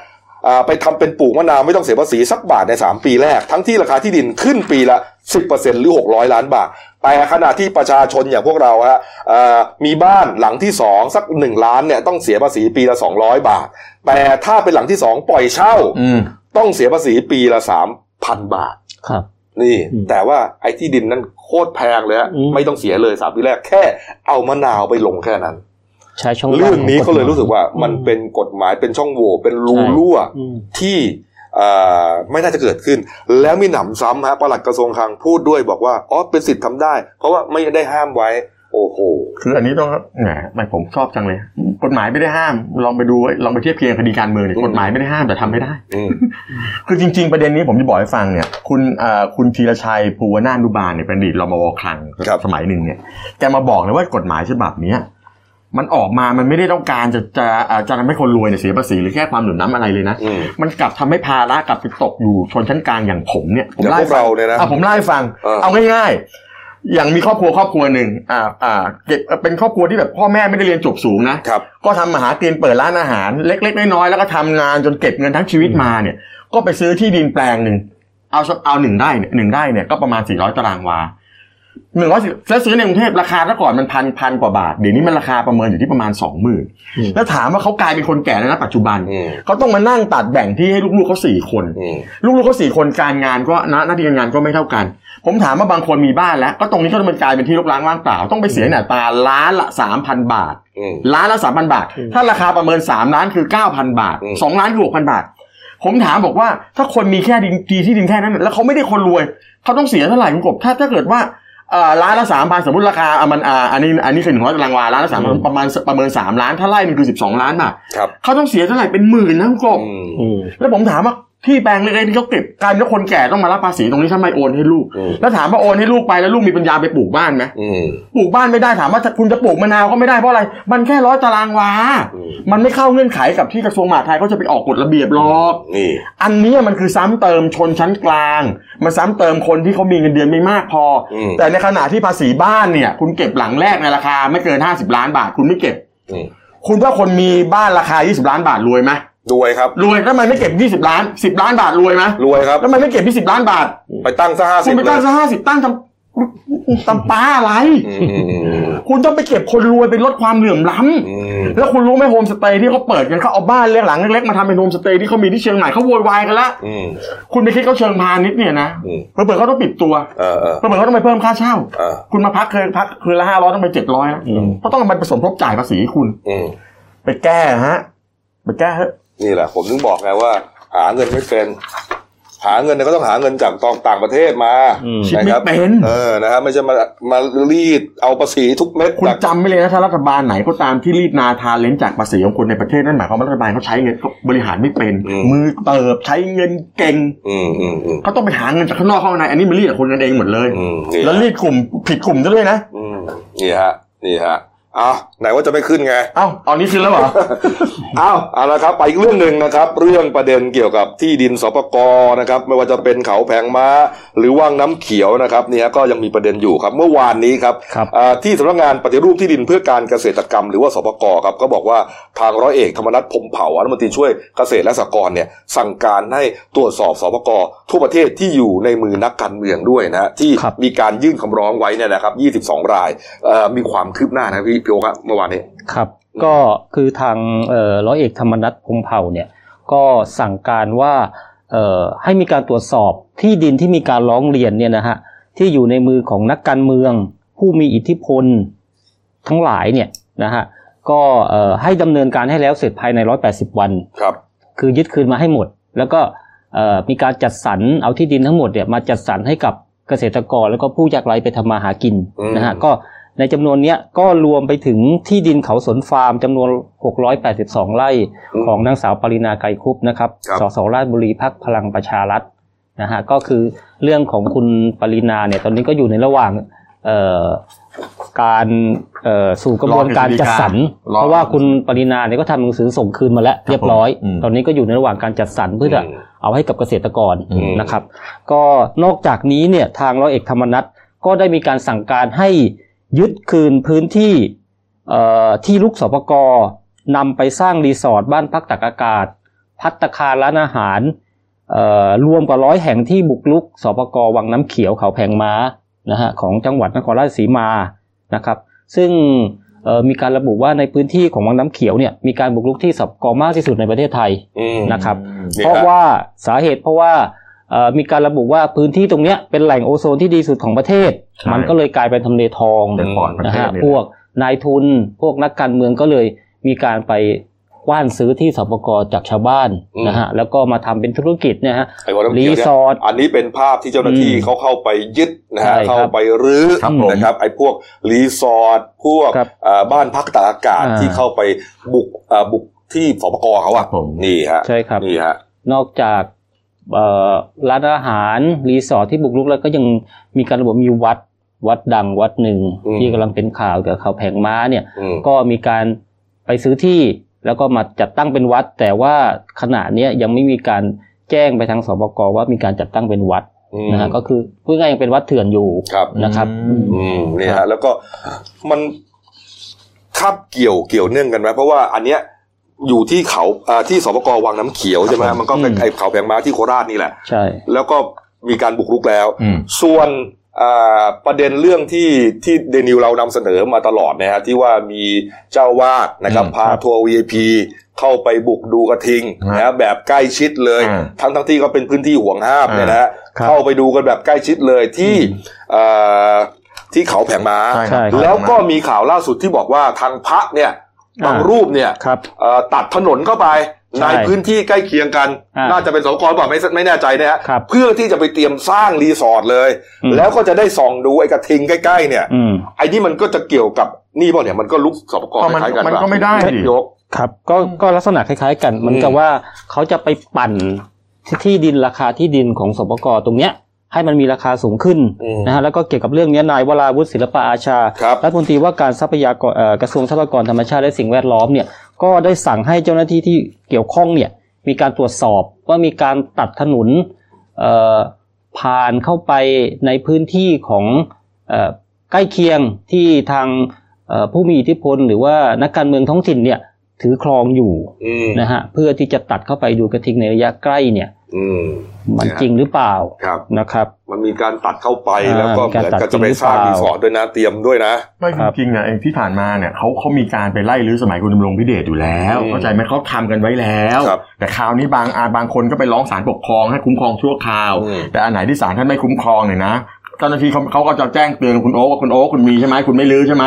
Speaker 1: อ่าไปทำเป็นปลูกมะนาวไม่ต้องเสียภาษีสักบาทใน 3 ปีแรก ทั้งที่ราคาที่ดินขึ้นปีละ 10%หรือ 600 ล้านบาท แต่ขณะที่ประชาชนอย่างพวกเราฮะเอ่อมีบ้านหลังที่ 2 สัก 1 ล้านเนี่ยต้องเสียภาษีปีละ 200 บาท แต่ถ้าเป็นหลังที่ 2 ปล่อยเช่า ต้องเสียภาษีปีละ 3,000 บาท
Speaker 3: ครับ
Speaker 1: นี่ แต่ว่าไอ้ที่ดินนั้นโคตรแพงเลยฮะไม่ต้องเสียเลยสามปีแรกแค่เอามะนาวไปลงแค่นั้น
Speaker 3: ใช้ช่องว่าง
Speaker 1: เรื่องนี้
Speaker 3: ข
Speaker 1: ก็
Speaker 3: ฎหม
Speaker 1: เลยรู้สึกว่ามันเป็นกฎหมายเป็นช่องโหว่เป็นรู
Speaker 3: ใช่
Speaker 1: รั่วที่เอ่อไม่น่าจะเกิดขึ้น แล้วมีหนำซ้ำฮะปลัดกระทรวงคลังพูดด้วยบอกว่าอ๋อเป็นสิทธิ์ทำได้ เพราะว่าไม่ได้ห้ามไว้ โอ้โห
Speaker 2: คืออันนี้ต้องแหมทำไมผมชอบจังเลย กฎหมายไม่ได้ห้าม ลองไปดูไว้ลองไปเทียบเคียงคดีการเมืองเนี่ยกฎหมายไม่ได้ห้ามแต่ทำไม่ได้ คือจริง ๆ ประเด็นนี้ผมจะบอกให้ฟังเนี่ย คุณเอ่อคุณธีรชัยภูวนานุบาลเนี่ยเป็นอดีตรมวคลังสมัยหนึ่งเนี่ยแกมาบอกเลยว่ากฎหมายฉบับเนี้ยมันออกมามันไม่ได้ต้องการจะจะเอ่อจะทำให้คนรวยเนี่ยเสียภาษีหรือแค่ความเหลื่อมล้ำอะไรเลยนะมันกลับทำให้ภาระกลับไปตกอยู่ชนชั้นกลางอย่างผมเนี่ยผม
Speaker 1: อย่าง
Speaker 2: ไล่
Speaker 1: พวก
Speaker 2: ฟัง
Speaker 1: เราเนี่ยนะ
Speaker 2: อ่ะผมไล่ฟัง เอาง่ายๆ อย่างมีครอบครัวครอบครัวหนึ่งอ่าอ่าเก็บเป็นครอบครัวที่แบบพ่อแม่ไม่ได้เรียนจบสูงนะ ก็ทำมาหากินเปิดร้านอาหาร เล็ก ๆ น้อยๆ แล้วก็ทำงานจนเก็บเงินทั้งชีวิตมาเนี่ย ก็ไปซื้อที่ดินแปลงหนึ่ง เอาสักเอาหนึ่งไร่เนี่ยหนึ่งไร่เนี่ยก็ประมาณสี่ร้อยตารางวาหนึ่งร้อยแล้วซื้อในกรุงเทพราคาแต่ก่อนมันพันพันกว่าบาท เดี๋ยวนี้มันราคาประเมินอยู่ที่ประมาณสองหมื่นแล้วถามว่าเขากลายเป็นคนแก่แล้วนะปัจจุบันเขาต้องมานั่งตัดแบ่งที่ให้ลูกๆเขาสี่คน ลูกๆเขาสี่คนการงานก็นะหน้าที่การงานก็ไม่เท่ากัน ผมถามว่าบางคนมีบ้านแล้ว ก็ตรงนี้ก็มันกลายเป็นที่รกร้างว่างเปล่าต้องไปเสียหน่าตาล้านละสามพันบาท ล้านละสามพันบาท ถ้าราคาประเมินสามล้านคือเก้าพันบาทสองล้านคือหกพันบาท ผมถามบอกว่าถ้าคนมีแค่ดินดีที่ดินแค่นั้น แล้วเขาไม่ได้คนรวย เขาต้องเสียเท่าไหร่คุณกบถ้าถ้าเกิดว่าเอ่อล้านละสามพันสมมติราคาอ่ะมันอ่าอันนี้อันนี้คือหนึ่งร้อยตารางวาล้านละสามพันประมาณประเมินสามล้าน ถ้าไล่มันคือสิบสองล้านบาทเขาต้องเสียเท่าไหร่เป็นหมื่นนะคุณกบแล้วผมถามว่าที่แปลงเล็กๆที่เขาเก็บกลายเป็นว่าคนแก่ต้องมารับภาษีตรงนี้ทำไมโอนให้ลูก แล้วถามว่าโอนให้ลูกไปแล้วลูกมีปัญญาไปปลูกบ้านไหม ปลูกบ้านไม่ได้ถามว่าคุณจะปลูกมะนาวก็ไม่ได้เพราะอะไร มันแค่ร้อยตารางวา มันไม่เข้าเงื่อนไขกับที่กระทรวงมหาดไทยเขาจะไปออกกฎระเบียบหรอกอันเนี้ยมันคือซ้ำเติมชนชั้นกลาง มันซ้ำเติมคนที่เขามีเงินเดือนไม่มากพออแต่ในขณะที่ภาษีบ้านเนี่ย คุณเก็บหลังแรกในราคาไม่เกินห้าสิบล้านบาท คุณไม่เก็บ คุณว่าคนมีบ้านราคา 20 ล้านบาทรวยไหม
Speaker 1: รวยครับ
Speaker 2: รวยแล้วมันไม่เก็บ 20 ล้าน 10 ล้านบาทรวยไหม
Speaker 1: รวยครับ
Speaker 2: แล้วมันไม่เก็บที่10ล้านบาท
Speaker 1: ไปตั้งซะห้า
Speaker 2: คุ
Speaker 1: สิ
Speaker 2: ณ
Speaker 1: บ
Speaker 2: ไปตั้งซะห้าสิบตั้งทำตำป้าอะไร คุณต้องไปเก็บคนรวยไปลดความเหลื่อมล้ำแล้วคุณรู้ไหมโฮมสเตย์ที่เขาเปิดกันเขาเอาบ้านเล็กหลังเล็กๆมาทำเป็นโฮมสเตย์ที่เขามีที่เชียงใหม่เขาโวยวายกันละคุณไปคิดเขาเชิงพาณิชย์เนี่ยนะเผื่อๆเขาต้องปิดตัว
Speaker 1: เออเออ
Speaker 2: เผื่อๆเขาต้องไปเพิ่มค่าเช่า
Speaker 1: เออ
Speaker 2: คุณมาพักเคยพักคืนละห้าร้อยต้องไปเจ็ดร้อยนะเพราะต้องมันผสมทบจ่ายภาษีคุณไปแก้ฮะไปแก้เถอะ
Speaker 1: นี่แหละ ผมถึงบอกไงว่า หาเงินไม่เป็น หาเงินเนี่ยก็ต้องหาเงินจากตองต่างประเทศมา
Speaker 2: คิด
Speaker 1: นะ
Speaker 2: ไม่
Speaker 1: ครับ
Speaker 2: เป็น
Speaker 1: เออนะครับไม่ใช่มามารีดเอาภาษีทุกเม็ด
Speaker 2: คุณ
Speaker 1: จาก
Speaker 2: จำไม่เลยนะถ้ารัฐบาลไหนก็ตามที่รีดนาทานเลนจากภาษีของคนในประเทศนั่นหมายความว่ารัฐบาลเขาใช้เงินเขาบริหารไม่เป็น มือเติบใช้เงินเก่งเขาต้องไปหาเงินจากข้างนอกเข้ามาในอันนี้มันรีดกับคนกันเองหมดเลย
Speaker 1: นี่
Speaker 2: แล้วรีดกลุ่มผิดกลุ่มซะด้วยนะ
Speaker 1: อืมนี่ฮะ นี่ฮะอ้าวไหนว่าจะไม่ขึ้นไง
Speaker 2: เอ้าเอานี้ขึ้นแล้วเหรอ
Speaker 1: อ้าวเอาละครับ ไปอีกเรื่องหนึ่งนะครับ เรื่องประเด็นเกี่ยวกับที่ดินสปกนะครับ ไม่ว่าจะเป็นเขาแผงม้า หรือว่างน้ำเขียวนะครับ เนี่ยก็ยังมีประเด็นอยู่ครับ เมื่อวานนี้ครับเอ่อที่สำนักงานปฏิรูปที่ดินเพื่อการเกษตรกรรม หรือว่าสปกครับก็บอกว่าทางร้อยเอกธรรมนัฐพรหมเผ่ารัฐมนตรีช่วยเกษตรและสหกรณ์เนี่ยสั่งการให้ตรวจสอบสปกทั่วประเทศที่อยู่ในมือนักการเมืองด้วยนะฮะที่มีการยื่นคำร้องไว้เนี่ยนะครับ 22 รายเอ่อมีความคืบหน้านะพี่พี่โอ๊คครับเมื่อวานนี้
Speaker 3: ครับก็คือทางเอ่อร้อยเอกธรรมนัฐพรหมเผ่าเนี่ยก็สั่งการว่าเอ่อให้มีการตรวจสอบที่ดินที่มีการร้องเรียนเนี่ยนะฮะที่อยู่ในมือของนักการเมือง ผู้มีอิทธิพล ทั้งหลายเนี่ยนะฮะก็เอ่อให้ดำเนินการให้แล้วเสร็จภายใน 180 วัน
Speaker 1: ครับ
Speaker 3: คือยึดคืนมาให้หมด แล้วก็เอ่อมีการจัดสรรเอาที่ดินทั้งหมดเนี่ยมาจัดสรรให้กับเกษตรกรแล้วก็ผู้ยากไร้ไปทำมาหากิน
Speaker 1: อืม
Speaker 3: นะฮะก็ในจำนวนเนี้ยก็รวมไปถึงที่ดินเขาสนฟาร์มจำนวน 682 ไร่ของนางสาวปรินาไกรคุปต์นะครับสสราชบุรีพักพลังประชารัฐนะฮะก็คือเรื่องของคุณปรินาเนี่ยตอนนี้ก็อยู่ในระหว่างเอ่อการเอ่อสู่กระบวนการจัดสรร
Speaker 2: รอ
Speaker 3: เพราะว่าคุณปรินาเนี่ยก็ทำหนังสือส่งคืนมาแล้วเรียบร้อย ตอนนี้ก็อยู่ในระหว่างการจัดสรรเพื่อจะเอาให้กับเกษตรกรนะครับ ก็นอกจากนี้เนี่ยทางร้อยเอกธรรมนัฐก็ได้มีการสั่งการให้ยึดคืนพื้นที่เอ่อที่ลุกสปกนำไปสร้างรีสอร์ทบ้านพักตักอากาศ พัตตาคารร้านอาหารเอ่อรวมกว่าร้อยแห่งที่บุกลุกสปกวังน้ำเขียวเขาแผงม้านะฮะของจังหวัดนครราชสีมานะครับ ซึ่งเอ่อมีการระบุว่าในพื้นที่ของวังน้ำเขียวเนี่ยมีการบุกรุกที่สปกมากที่สุดในประเทศไทย
Speaker 1: อืม
Speaker 3: นะครับ
Speaker 1: นี่
Speaker 3: เพราะ
Speaker 1: ครับ
Speaker 3: ว่าสาเหตุเพราะว่าเอ่อมีการระบุว่าพื้นที่ตรงเนี้ยเป็นแหล่งโอโซนที่ดีสุดของประเทศ
Speaker 2: ใช่
Speaker 3: มันก็เลยกลายเป็นทำเลทอง
Speaker 2: เป็นปอดประ
Speaker 3: นะ
Speaker 2: เทศ
Speaker 3: ฮะ
Speaker 2: นี่
Speaker 3: พว
Speaker 2: แห
Speaker 3: ก
Speaker 2: ละ
Speaker 3: นายทุนพวกนักการเมืองก็เลยมีการไปกว้านซื้อที่สปกจากชาวบ้าน
Speaker 1: อืม
Speaker 3: นะฮะแล้วก็มาทำเป็นธุรกิจเนะฮะ
Speaker 1: ไอ้วัดน้ำเขียว
Speaker 3: รี
Speaker 1: เนี่ย
Speaker 3: สอร์ท
Speaker 1: อันนี้เป็นภาพที่เจ้าหน้าที่
Speaker 3: อืม
Speaker 1: เขาเข้าไปยึดนะฮะ
Speaker 3: ใช่ครับ
Speaker 1: เข้าไปรื้อ
Speaker 2: ครับผม
Speaker 1: นะครับไอ้พวกรีสอร์ทพวก
Speaker 3: ครับ
Speaker 1: เอ่อบ้านพักตากอากาศ
Speaker 3: อ่า
Speaker 1: ที่เข้าไปบุกเอ่อบุกที่สปกเขาอะนี่ฮะ
Speaker 3: ใช่ครับ
Speaker 1: นี่ฮะ
Speaker 3: นอกจากเอ่อร้านอาหารรีสอร์ทที่บุกรุกแล้วก็ยังมีการระบบมีวัดวัดดังวัดหนึ่ง
Speaker 1: อืม
Speaker 3: ที่กำลังเป็นข่าวเกี่ยวกับเขาวแผงม้าเนี่ย
Speaker 1: อืม
Speaker 3: ก็มีการไปซื้อที่แล้วก็มาจัดตั้งเป็นวัด แต่ว่าขณะเนี้ยยังไม่มีการแจ้งไปทางสปกว่ามีการจัดตั้งเป็นวัดนะฮะก็คือพูดง่ายๆยังเป็นวัดเถื่อนอยู่นะครับ
Speaker 1: อืมนี่ฮะแล้วก็มันคาบเกี่ยวเกี่ยวเนื่องกันไหมเพราะว่าอันเนี้ยอยู่ที่เขาอ่าที่สปกวังน้ำเขียวใช่ไหมฮะมันก็เป็นไอ้เขาแผงม้าที่โคราชนี่แหละ
Speaker 3: ใช่
Speaker 1: แล้วก็มีการบุกรุกแล้ว
Speaker 2: อืม
Speaker 1: ส่วนอ่าประเด็นเรื่องที่ที่เดนิวเรานำเสนอมาตลอดนะฮะที่ว่ามีเจ้าวาดนะครับ พาทัวร์ VIP เข้าไปบุกดูกระทิงนะฮะแบบใกล้ชิดเลย
Speaker 2: อ่า
Speaker 1: ทั้งทั้งที่ก็เป็นพื้นที่ห่วงห้าม
Speaker 2: อ่า
Speaker 1: เนี่ยนะฮะ
Speaker 2: ครับ
Speaker 1: เข้าไปดูกันแบบใกล้ชิดเลยที่อ่าที่เขาแผงม้า
Speaker 2: ใช่ครับใช่ครับ
Speaker 1: แล้วก็มีข่าวล่าสุดที่บอกว่าทางพระเนี่ยบางรูปเนี่ยเอ่อตัดถนนเข้าไป
Speaker 3: ใช่
Speaker 1: ในพื้นที่ใกล้เคียงกัน
Speaker 3: อ่า
Speaker 1: น่าจะเป็นสกรบอกไม่ไม่แน่ใจนะฮะ
Speaker 3: ครับ
Speaker 1: เพื่อที่จะไปเตรียมสร้างรีสอร์ทเลย
Speaker 3: อืม
Speaker 1: แล้วก็จะได้ส่องดูไอ้กระทิงใกล้ๆเนี่ย
Speaker 3: อืม
Speaker 1: ไอ้นี่มันก็จะเกี่ยวกับนี่เปล่ะเนี่ยมันก็ลุกสอบประกอบ
Speaker 2: อ๋อมัน
Speaker 1: คล้ายๆกัน
Speaker 2: มัน
Speaker 1: ปะ
Speaker 2: ก็ไม่ได้ดิ
Speaker 1: ยก
Speaker 3: ครับก็ก็ลักษณะคล้าย ๆ กันเหมือนกับว่าเขาจะไปปั่นที่ที่ดินราคาที่ดินของสปกตรงเนี้ย ให้มันมีราคาสูงขึ้น
Speaker 1: อืม
Speaker 3: นะฮะแล้วก็เกี่ยวกับเรื่องเนี้ยนายวราวุฒิศิลปะอาชา
Speaker 1: ครับ
Speaker 3: รัฐมนตรีว่าการทรัพยากรเอ่อกระทรวงทรัพยากรธรรมชาติและสิ่งแวดล้อมเนี่ยก็ได้สั่งให้เจ้าหน้าที่ที่เกี่ยวข้องเนี่ยมีการตรวจสอบว่ามีการตัดถนนเอ่อผ่านเข้าไปในพื้นที่ของเอ่อใกล้เคียงที่ทางเอ่อผู้มีอิทธิพล หรือว่านักการเมืองท้องถิ่นเนี่ย ถือครองอยู่
Speaker 1: อืม
Speaker 3: นะฮะเพื่อที่จะตัดเข้าไปดูกระทิงในระยะใกล้เนี่ย
Speaker 1: อืม
Speaker 3: มันจริงหรือเปล่านะครับ
Speaker 1: มันมีการตัดเข้าไป
Speaker 3: อ่า
Speaker 1: แล้วก็
Speaker 3: มี
Speaker 1: เห
Speaker 3: การ
Speaker 1: มือน
Speaker 3: ตัด
Speaker 1: กับจะไป
Speaker 3: จริงหรือ
Speaker 1: สร้าง
Speaker 3: เปล่า
Speaker 1: รีสอร์ทด้วยนะเตรียมด้วยนะ
Speaker 2: ไม่จริงๆอ่ะไอ้ที่ผ่านมาเนี่ยเขาเขามีการไปไล่รื้อสมัยคุณดำรงพิเดชอยู่แล้ว
Speaker 1: อืม
Speaker 2: เข้าใจไหมเขาทำกันไว้แล้ว
Speaker 1: ครับ
Speaker 2: แต่คราวนี้บางอาบางคนก็ไปร้องศาลปกครองให้คุ้มครองชั่วคราว
Speaker 1: อืม
Speaker 2: แต่อันไหนที่ศาลท่านไม่คุ้มครองเนี่ยนะเจ้าหน้าที่เขาเขาก็จะแจ้งเตือนคุณโอ๊คว่าคุณโอ๊คคุณมีใช่ไหมคุณไม่รื้อใช่ไหม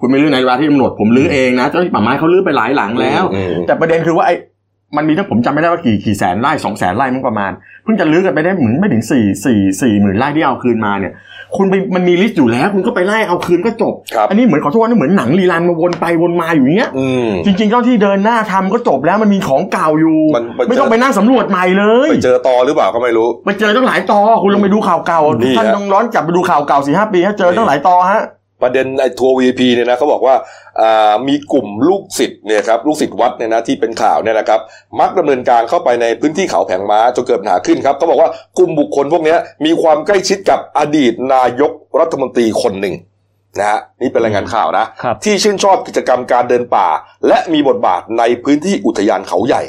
Speaker 2: คุณไม่รื้อในเวลาที่กำหนดผมรื้อเองนะเจ้าหน้าที่ป่าไม้เขารื้อไปหลายหลังแล้ว
Speaker 1: อืม
Speaker 2: แต่ประเด็นคือว่าไอ้มันมีทั้งผมจำไม่ได้ว่ากี่กี่แสนไร่สองแสนไร่มั้งประมาณเพิ่งจะลื้อกันไปได้เหมือนไม่ถึงสี่สี่สี่หมื่นไร่ที่เอาคืนมาเนี่ย คุณไปมันมีลิสต์อยู่แล้ว คุณก็ไปไล่เอาคืนก็จบ
Speaker 1: ครับ
Speaker 2: อันนี้เหมือนขอโทษนี่เหมือนหนังรีรันมาวนไปวนมาอยู่อย่างเงี้ย
Speaker 1: อืม
Speaker 2: จริงๆเจ้าที่เดินหน้าทำก็จบแล้วมันมีของเก่าอยู่
Speaker 1: มันมัน
Speaker 2: ไม่ต้องไปนั่งสำรวจใหม่เลย
Speaker 1: ไปเจอตอหรือเปล่าก็ไม่รู้
Speaker 2: ไปเจอตั้งหลายตอคุณลองไปดูข่าวเก่า
Speaker 1: นี่ฮะ
Speaker 2: ท่านต้องร้อนกลับไปดูข่าวเก่าสี่ห้าปีฮะเจอตั้งหลายตอฮะ
Speaker 1: ประเด็นไอ้ทัวร์ VIP เนี่ยนะเขาบอกว่าอ่ามีกลุ่มลูกศิษย์เนี่ยครับลูกศิษย์วัดเนี่ยนะที่เป็นข่าวเนี่ยนะครับ มักดำเนินการเข้าไปในพื้นที่เขาแผงม้าจนเกิดปัญหาขึ้นครับเขาบอกว่ากลุ่มบุคคลพวกเนี้ยมีความใกล้ชิดกับอดีตนายกรัฐมนตรีคนหนึ่งนะฮะนี่เป็นรายงานข่าวนะ
Speaker 3: ครับ
Speaker 1: ที่ชื่นชอบกิจกรรมการเดินป่า และมีบทบาทในพื้นที่อุทยานเขาใหญ่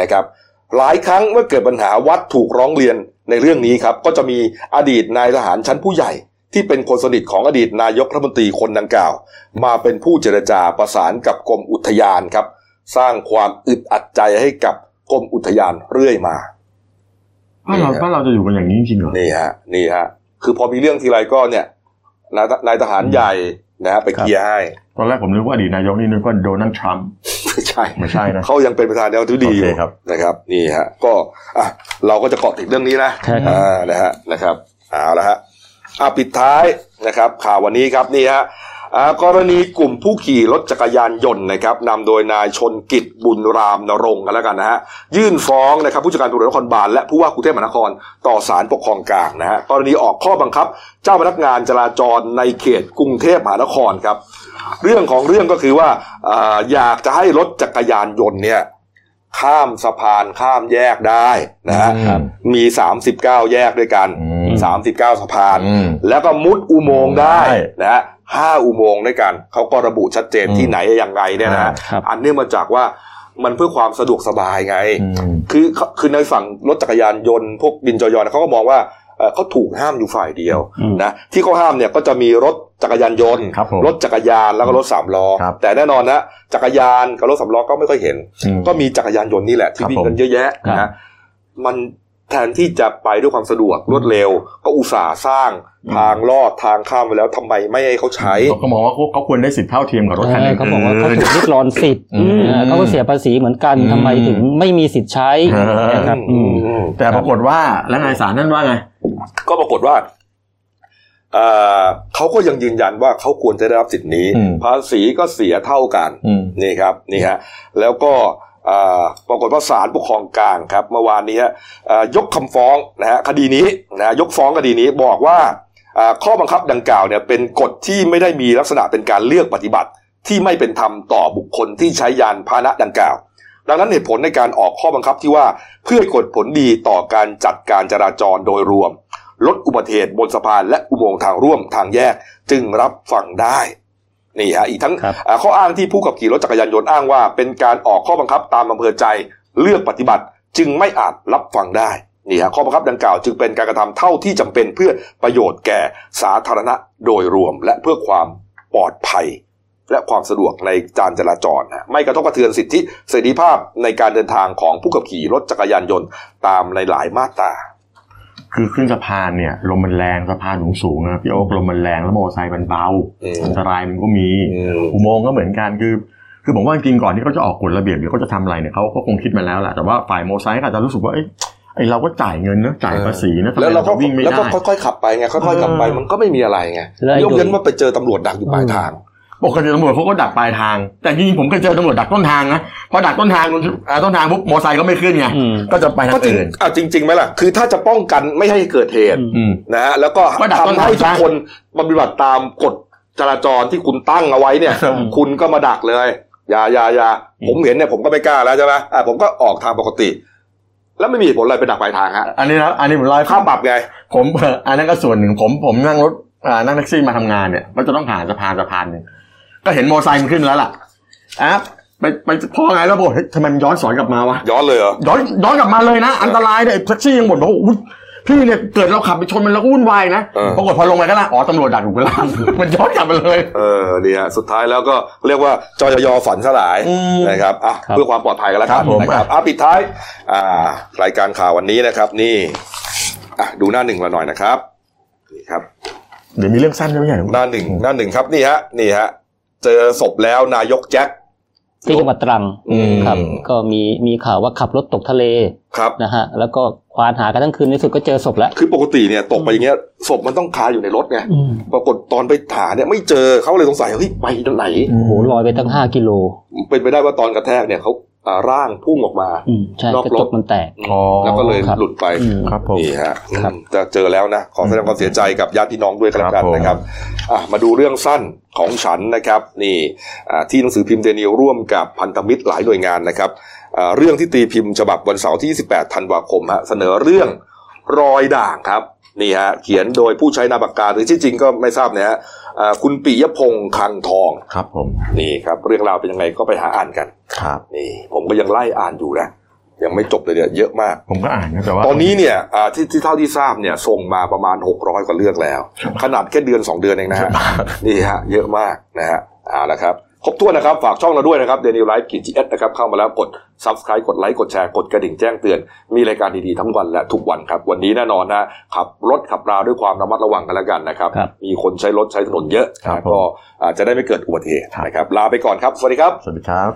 Speaker 1: นะครับ หลายครั้งเมื่อเกิดปัญหาวัดถูกร้องเรียนในเรื่องนี้ครับก็จะมีอดีตนายทหารชั้นผู้ใหญ่ ที่เป็นคนสนิทของอดีตนายกรัฐมนตรีคนดังกล่าว มาเป็นผู้เจรจาประสานกับกรมอุทยานครับ สร้างความอึดอัดใจให้กับกรมอุทยานเรื่อยมา
Speaker 2: ถ้านเราถ้านเราจะอยู่กันอย่างนี้จริงเหรอ
Speaker 1: นี่ฮะนี่ฮะคือพอมีเรื่องทีไรก็เนี่ยนายนายทหารใหญ่ นะฮะไปเคลียร์ให้
Speaker 2: ตอนแรกผมนึกว่าอดีตนายกนี่นึกว่าโดนัลด์ทรัมป์
Speaker 1: ไม่ใช่
Speaker 2: ไม่ใช่นะ
Speaker 1: เขายังเป็นประธานาธิบดีอยู่นะครับนี่ฮะก็อ่ะเราก็จะเกาะติดเรื่องนี้นะ
Speaker 3: ใช่ครับ
Speaker 1: อ่านะฮะนะครับเอาละฮะอ่ะปิดท้ายนะครับ ข่าววันนี้ครับนี่ฮะอ่ากรณีกลุ่มผู้ขี่รถจักรยานยนต์นะครับนำโดยนายชนกิจบุญรามนรงค์กันแล้วกันนะฮะยื่นฟ้องนะครับผู้จัดการตำรวจนครบาลและผู้ว่ากรุงเทพมหานครต่อศาลปกครองกลางนะฮะกรณีออกข้อบังคับ เจ้าพนักงานจราจรในเขตกรุงเทพมหานครครับ เรื่องของเรื่องก็คือว่าอ่าอยากจะให้รถจักรยานยนต์เนี่ย ข้ามสะพานข้ามแยกได้นะฮะ
Speaker 2: ครับ
Speaker 1: มี 39 แยกด้วยกัน 39 สะพาน แล้วก็มุดอุโมงค์ได้นะฮะห้าอุโมงค์ด้วยกัน เขาก็ระบุชัดเจนที่ไหนอย่างไรเนี่ยนะฮะอันเนื่องมาจากว่ามันเพื่อความสะดวกสบายไง คือเขาคือในฝั่งรถจักรยานยนต์พวกบินจอยอนเขาก็มองว่าเอ่อเขาถูกห้ามอยู่ฝ่ายเดียวนะที่เขาห้ามเนี่ยก็จะมีรถจักรยานยนต์
Speaker 2: ครับผม
Speaker 1: รถจักรยานแล้วก็รถสามล้อ
Speaker 2: ครับ
Speaker 1: แต่แน่นอนนะจักรยานกับรถสามล้อก็ไม่ค่อยเห็น
Speaker 2: อืม
Speaker 1: ก็มีจักรยานยนต์นี่แหละที่
Speaker 2: ครับ
Speaker 1: วิ่ง
Speaker 2: ผม
Speaker 1: กันเยอะแยะนะมันแทนที่จะไปด้วยความสะดวกรวดเร็ว ก็อุตส่าห์สร้างทางลอดทางข้ามไปแล้วทำไมไม่ให้เขาใช้
Speaker 2: เขาก็มองว่าเขาควรได้สิทธิเท่าเทียมกับรถคันอื่น
Speaker 3: เขาบอกว่าเขาถูกริดรอนสิทธิ์
Speaker 2: อืม
Speaker 3: เออเขาก็เสียภาษีเหมือนกันทำไมถึงไม่มีสิทธิ์ใช้
Speaker 2: เออ
Speaker 3: นะครับอืม
Speaker 2: แต่ปรากฏว่าแล้วนายสารนั่นว่าไง
Speaker 1: ก็ปรากฏว่าเอ่อเขาก็ยังยืนยันว่าเขาควรจะได้รับสิทธิ์นี้
Speaker 2: อืม
Speaker 1: ภาษีก็เสียเท่ากัน
Speaker 2: อืม
Speaker 1: นี่ครับนี่ฮะแล้วก็เอ่อปรากฏว่าศาลปกครองกลางครับเมื่อวานนี้ฮะเอ่อยกคำฟ้องนะฮะคดีนี้นะฮะยกฟ้องคดีนี้บอกว่าเอ่อข้อบังคับดังกล่าวเนี่ยเป็นกฎที่ไม่ได้มีลักษณะเป็นการเลือกปฏิบัติ ที่ไม่เป็นธรรมต่อบุคคลที่ใช้ยานพาหนะดังกล่าว ดังนั้นเหตุผลในการออกข้อบังคับที่ว่าเพื่อให้เกดผลดีต่อการจัดการจราจรโดยรวม ลดอุบัติเหตุบนสะพานและอุโมงค์ทางร่วมทางแยกจึงรับฟังได้ นี่ฮะอีกทั้งอ่าข้ออ้างที่ผู้ขับขี่รถจักรยานยนต์อ้างว่า เป็นการออกข้อบังคับตามอำเภอใจเลือกปฏิบัติจึงไม่อาจรับฟังได้นี่ฮะข้อบังคับดังกล่าวจึงเป็นการกระทำเท่าที่จำเป็นเพื่อประโยชน์แก่สาธารณะโดยรวม และเพื่อความปลอดภัย และความสะดวกในการจราจรนะไม่กระทบกระเทือนสิทธิเสรีภาพในการเดินทางของผู้ขับขี่รถจักรยานยนต์ตามในหลายมาตรา
Speaker 2: คือขึ้นสะพานเนี่ยลมมันแรงสะพานสูงสูงๆนะพี่โอ๊คลมมันแรงแล้วมอเตอร์ไซค์มันเบา
Speaker 1: อืม
Speaker 2: อันตรายมันก็มี
Speaker 1: อืม
Speaker 2: อุโมงค์ก็เหมือนกันคือ คือผมว่าจริงๆก่อนที่เขาจะออกกฎระเบียบหรือเขาจะทำอะไรเนี่ยเขาก็คงคิดมาแล้วแหละแต่ว่าฝ่ายมอเตอร์ไซค์ก็อาจจะรู้สึกว่าเอ้ยไอเราก็จ่ายเงินนะจ่ายภาษีนะทำไม
Speaker 1: แล้วเรา
Speaker 2: เรา
Speaker 1: ก็
Speaker 2: วิ่งไม่
Speaker 1: แล้ว
Speaker 2: ได้
Speaker 1: ก็ค่อยๆขับไปไงค่อยๆขับไป
Speaker 2: เออ
Speaker 1: มันก็ไม่มีอะไรไง
Speaker 3: แล้วไอ้
Speaker 1: ยกเว้น
Speaker 3: โดย
Speaker 1: ว่าไปเจอตำรวจดักอยู่ปลายทาง
Speaker 2: ปกติตำรวจเขาก็ดักปลายทาง แต่จริงๆผมเคยเจอตำรวจดักต้นทางนะพอดักต้นทางอ่าต้นทางปุ๊บมอเตอร์ไซค์ก็ไม่ขึ้นไง
Speaker 3: อืม
Speaker 2: ก็จะไปทา
Speaker 1: ก็
Speaker 2: ง
Speaker 1: จริง
Speaker 2: อื่น
Speaker 1: อ่ะจริงๆไหมล่ะ คือถ้าจะป้องกันไม่ให้เกิดเหตุ
Speaker 2: อืม
Speaker 1: นะฮะ แล้วก็
Speaker 2: ก็ดักต้น
Speaker 1: ทำ
Speaker 2: ทาง
Speaker 1: ให้ทุก
Speaker 2: ซะ
Speaker 1: คนปฏิบัติตามกฎจราจรที่คุณตั้งเอาไว้เนี่ย
Speaker 2: ครับ
Speaker 1: คุณก็มาดักเลย อย่าอย่าอย่าผมเห็นเนี่ยผมก็ไม่กล้าแล้วใช่ไหมอ่ะผมก็ออกทางปกติ แล้วไม่มีเหตุผลอะไรไปดักปลายทางฮะ
Speaker 2: อันนี้นะอันนี้ผมเล่าให้ฟั
Speaker 1: ค่าง ปรับไง
Speaker 2: ผม เอ่ออันนั้นก็ส่วนหนึ่งผมผมนั่งรถอ่านั่งแท็กซี่มาทำงานเนี่ยมันจะต้องผ่านสะพานสะพานหนึ่งก็เห็นมอเตอร์ไซค์มันขึ้นแล้วล่ะอ่ะไปไปพอไงแล้วบอกเฮ้ยทำไมมันย้อนสอนกลับมาวะ
Speaker 1: ย้อนเลยเหรอ
Speaker 2: ย้อนย้อนกลับมาเลยนะ อันตรายเนี่ยไอ้แท็กซี่ยังบ่นบอกว่าอุ๊ยพี่เนี่ยเกิดเราขับไปชนมันแล้วก็วุ่นวายนะ
Speaker 1: เออ
Speaker 2: ปรากฏพอลงไปก็ละอ๋อตำรวจดักอยู่ข้างล่าง มันย้อนกลับมาเลย
Speaker 1: เออดีฮะสุดท้ายแล้วก็เรียกว่าจอยยอฝันสลาย
Speaker 2: อืม
Speaker 1: นะครับอ่ะ
Speaker 3: ครับ
Speaker 1: เพื่อความปลอดภัยกันแล้วกัน
Speaker 2: ครับผม
Speaker 1: นะครับอ่ะปิดท้าย อ่ารายการข่าววันนี้นะครับ นี่อ่ะดูหน้าหนึ่งเราหน่อยนะครับนี่ครับ
Speaker 2: เดี๋ยวมีเรื่องสั้นด้วยไม่ใช่เหรอ
Speaker 1: หน้าหนึ่งหน้าหนึ่งครับนี่ฮะนี่ฮะเจอศพแล้วนายกแจ็ค
Speaker 3: ที่จังหวัดตรัง
Speaker 1: อืม
Speaker 3: ครับ ก็มีมีข่าวว่าขับรถตกทะเล
Speaker 1: ครับ
Speaker 3: นะฮะแล้วก็ควานหากันทั้งคืนในสุดก็เจอศพแล้ว
Speaker 1: คือปกติเนี่ยตกไปอย่างเงี้ยศพมันต้องคาอยู่ในรถไง
Speaker 3: อืม
Speaker 1: ปรากฏตอนไปหาเนี่ยไม่เจอเขาเลยสงสัยเฮ้ยไปตรงไหน
Speaker 2: โอ้โห
Speaker 3: โหลอยไปตั้งห้ากิโล
Speaker 1: เป็นไปได้ว่าตอนกระแทกเนี่ยเขาอ่าร่างพุ่งออกมา
Speaker 3: อืมใช่
Speaker 1: นอก
Speaker 3: กระ
Speaker 1: ร
Speaker 3: จ
Speaker 1: ถ
Speaker 3: กมันแตก
Speaker 2: อ๋อ
Speaker 1: แล้วก็เลย
Speaker 3: ครับ
Speaker 1: หลุดไป
Speaker 3: อืม
Speaker 2: ครับผม
Speaker 1: นี่ฮะ
Speaker 3: ครับ
Speaker 1: อืมจะเจอแล้วนะ ขอแสดงความเสียใจกับญาติพี่น้องด้วยกันแล้วกัน
Speaker 2: ครับผม
Speaker 1: นะครับอ่ะมาดูเรื่องสั้นของฉันนะครับ นี่อ่าที่หนังสือพิมพ์เดนิลร่วมกับพันธมิตรหลายหน่วยงานนะครับอ่าเรื่องที่ตีพิมพ์ฉบับวันเสาร์ที่ 18 ธันวาคมฮะเสนอเรื่องรอยด่างครับนี่ฮะเขียนโดยผู้ใช้นามปากกาหรือที่อจริงก็ไม่ทราบนะฮะอ่าคุณปิยพงษ์คังทอง
Speaker 2: ครับผม
Speaker 1: นี่ครับเรื่องราวเป็นยังไงก็ไปหาอ่านกัน
Speaker 2: ครับ
Speaker 1: นี่ผมก็ยังไล่อ่านอยู่นะยังไม่จบเลยเนี่ยเยอะมาก
Speaker 2: ผมก็อ่านนะแต่ว่า
Speaker 1: ตอนนี้เนี่ยอ่าที่ที่เท่าที่ทราบเนี่ยส่งมาประมาณ 600 กว่าเรื่องแล้ว ขนาดแค่เดือน 2 เดือนเองนะฮะนี่ฮะเยอะมากนะฮะเอาละครับ ครบถ้วนนะครับ ฝากช่องเราด้วยนะครับเดนิวไลฟ์กีจีเอสนะครับ เข้ามาแล้วกด subscribe กดไลค์กดแชร์กดกระดิ่งแจ้งเตือน มีรายการดีๆทั้งวันและทุกวันครับ วันนี้แน่นอนนะขับรถขับราด้วยความระมัดระวังกันแล้วกันนะครับ มีคนใช้รถใช้ถนนเยอะ
Speaker 2: ครับ
Speaker 1: นะ
Speaker 2: ผม
Speaker 1: ก็อาจจะได้ไม่เกิดอุบัติเหตุนะครับลาไปก่อนครับสวัสดีครับ
Speaker 2: สวัสดีครับ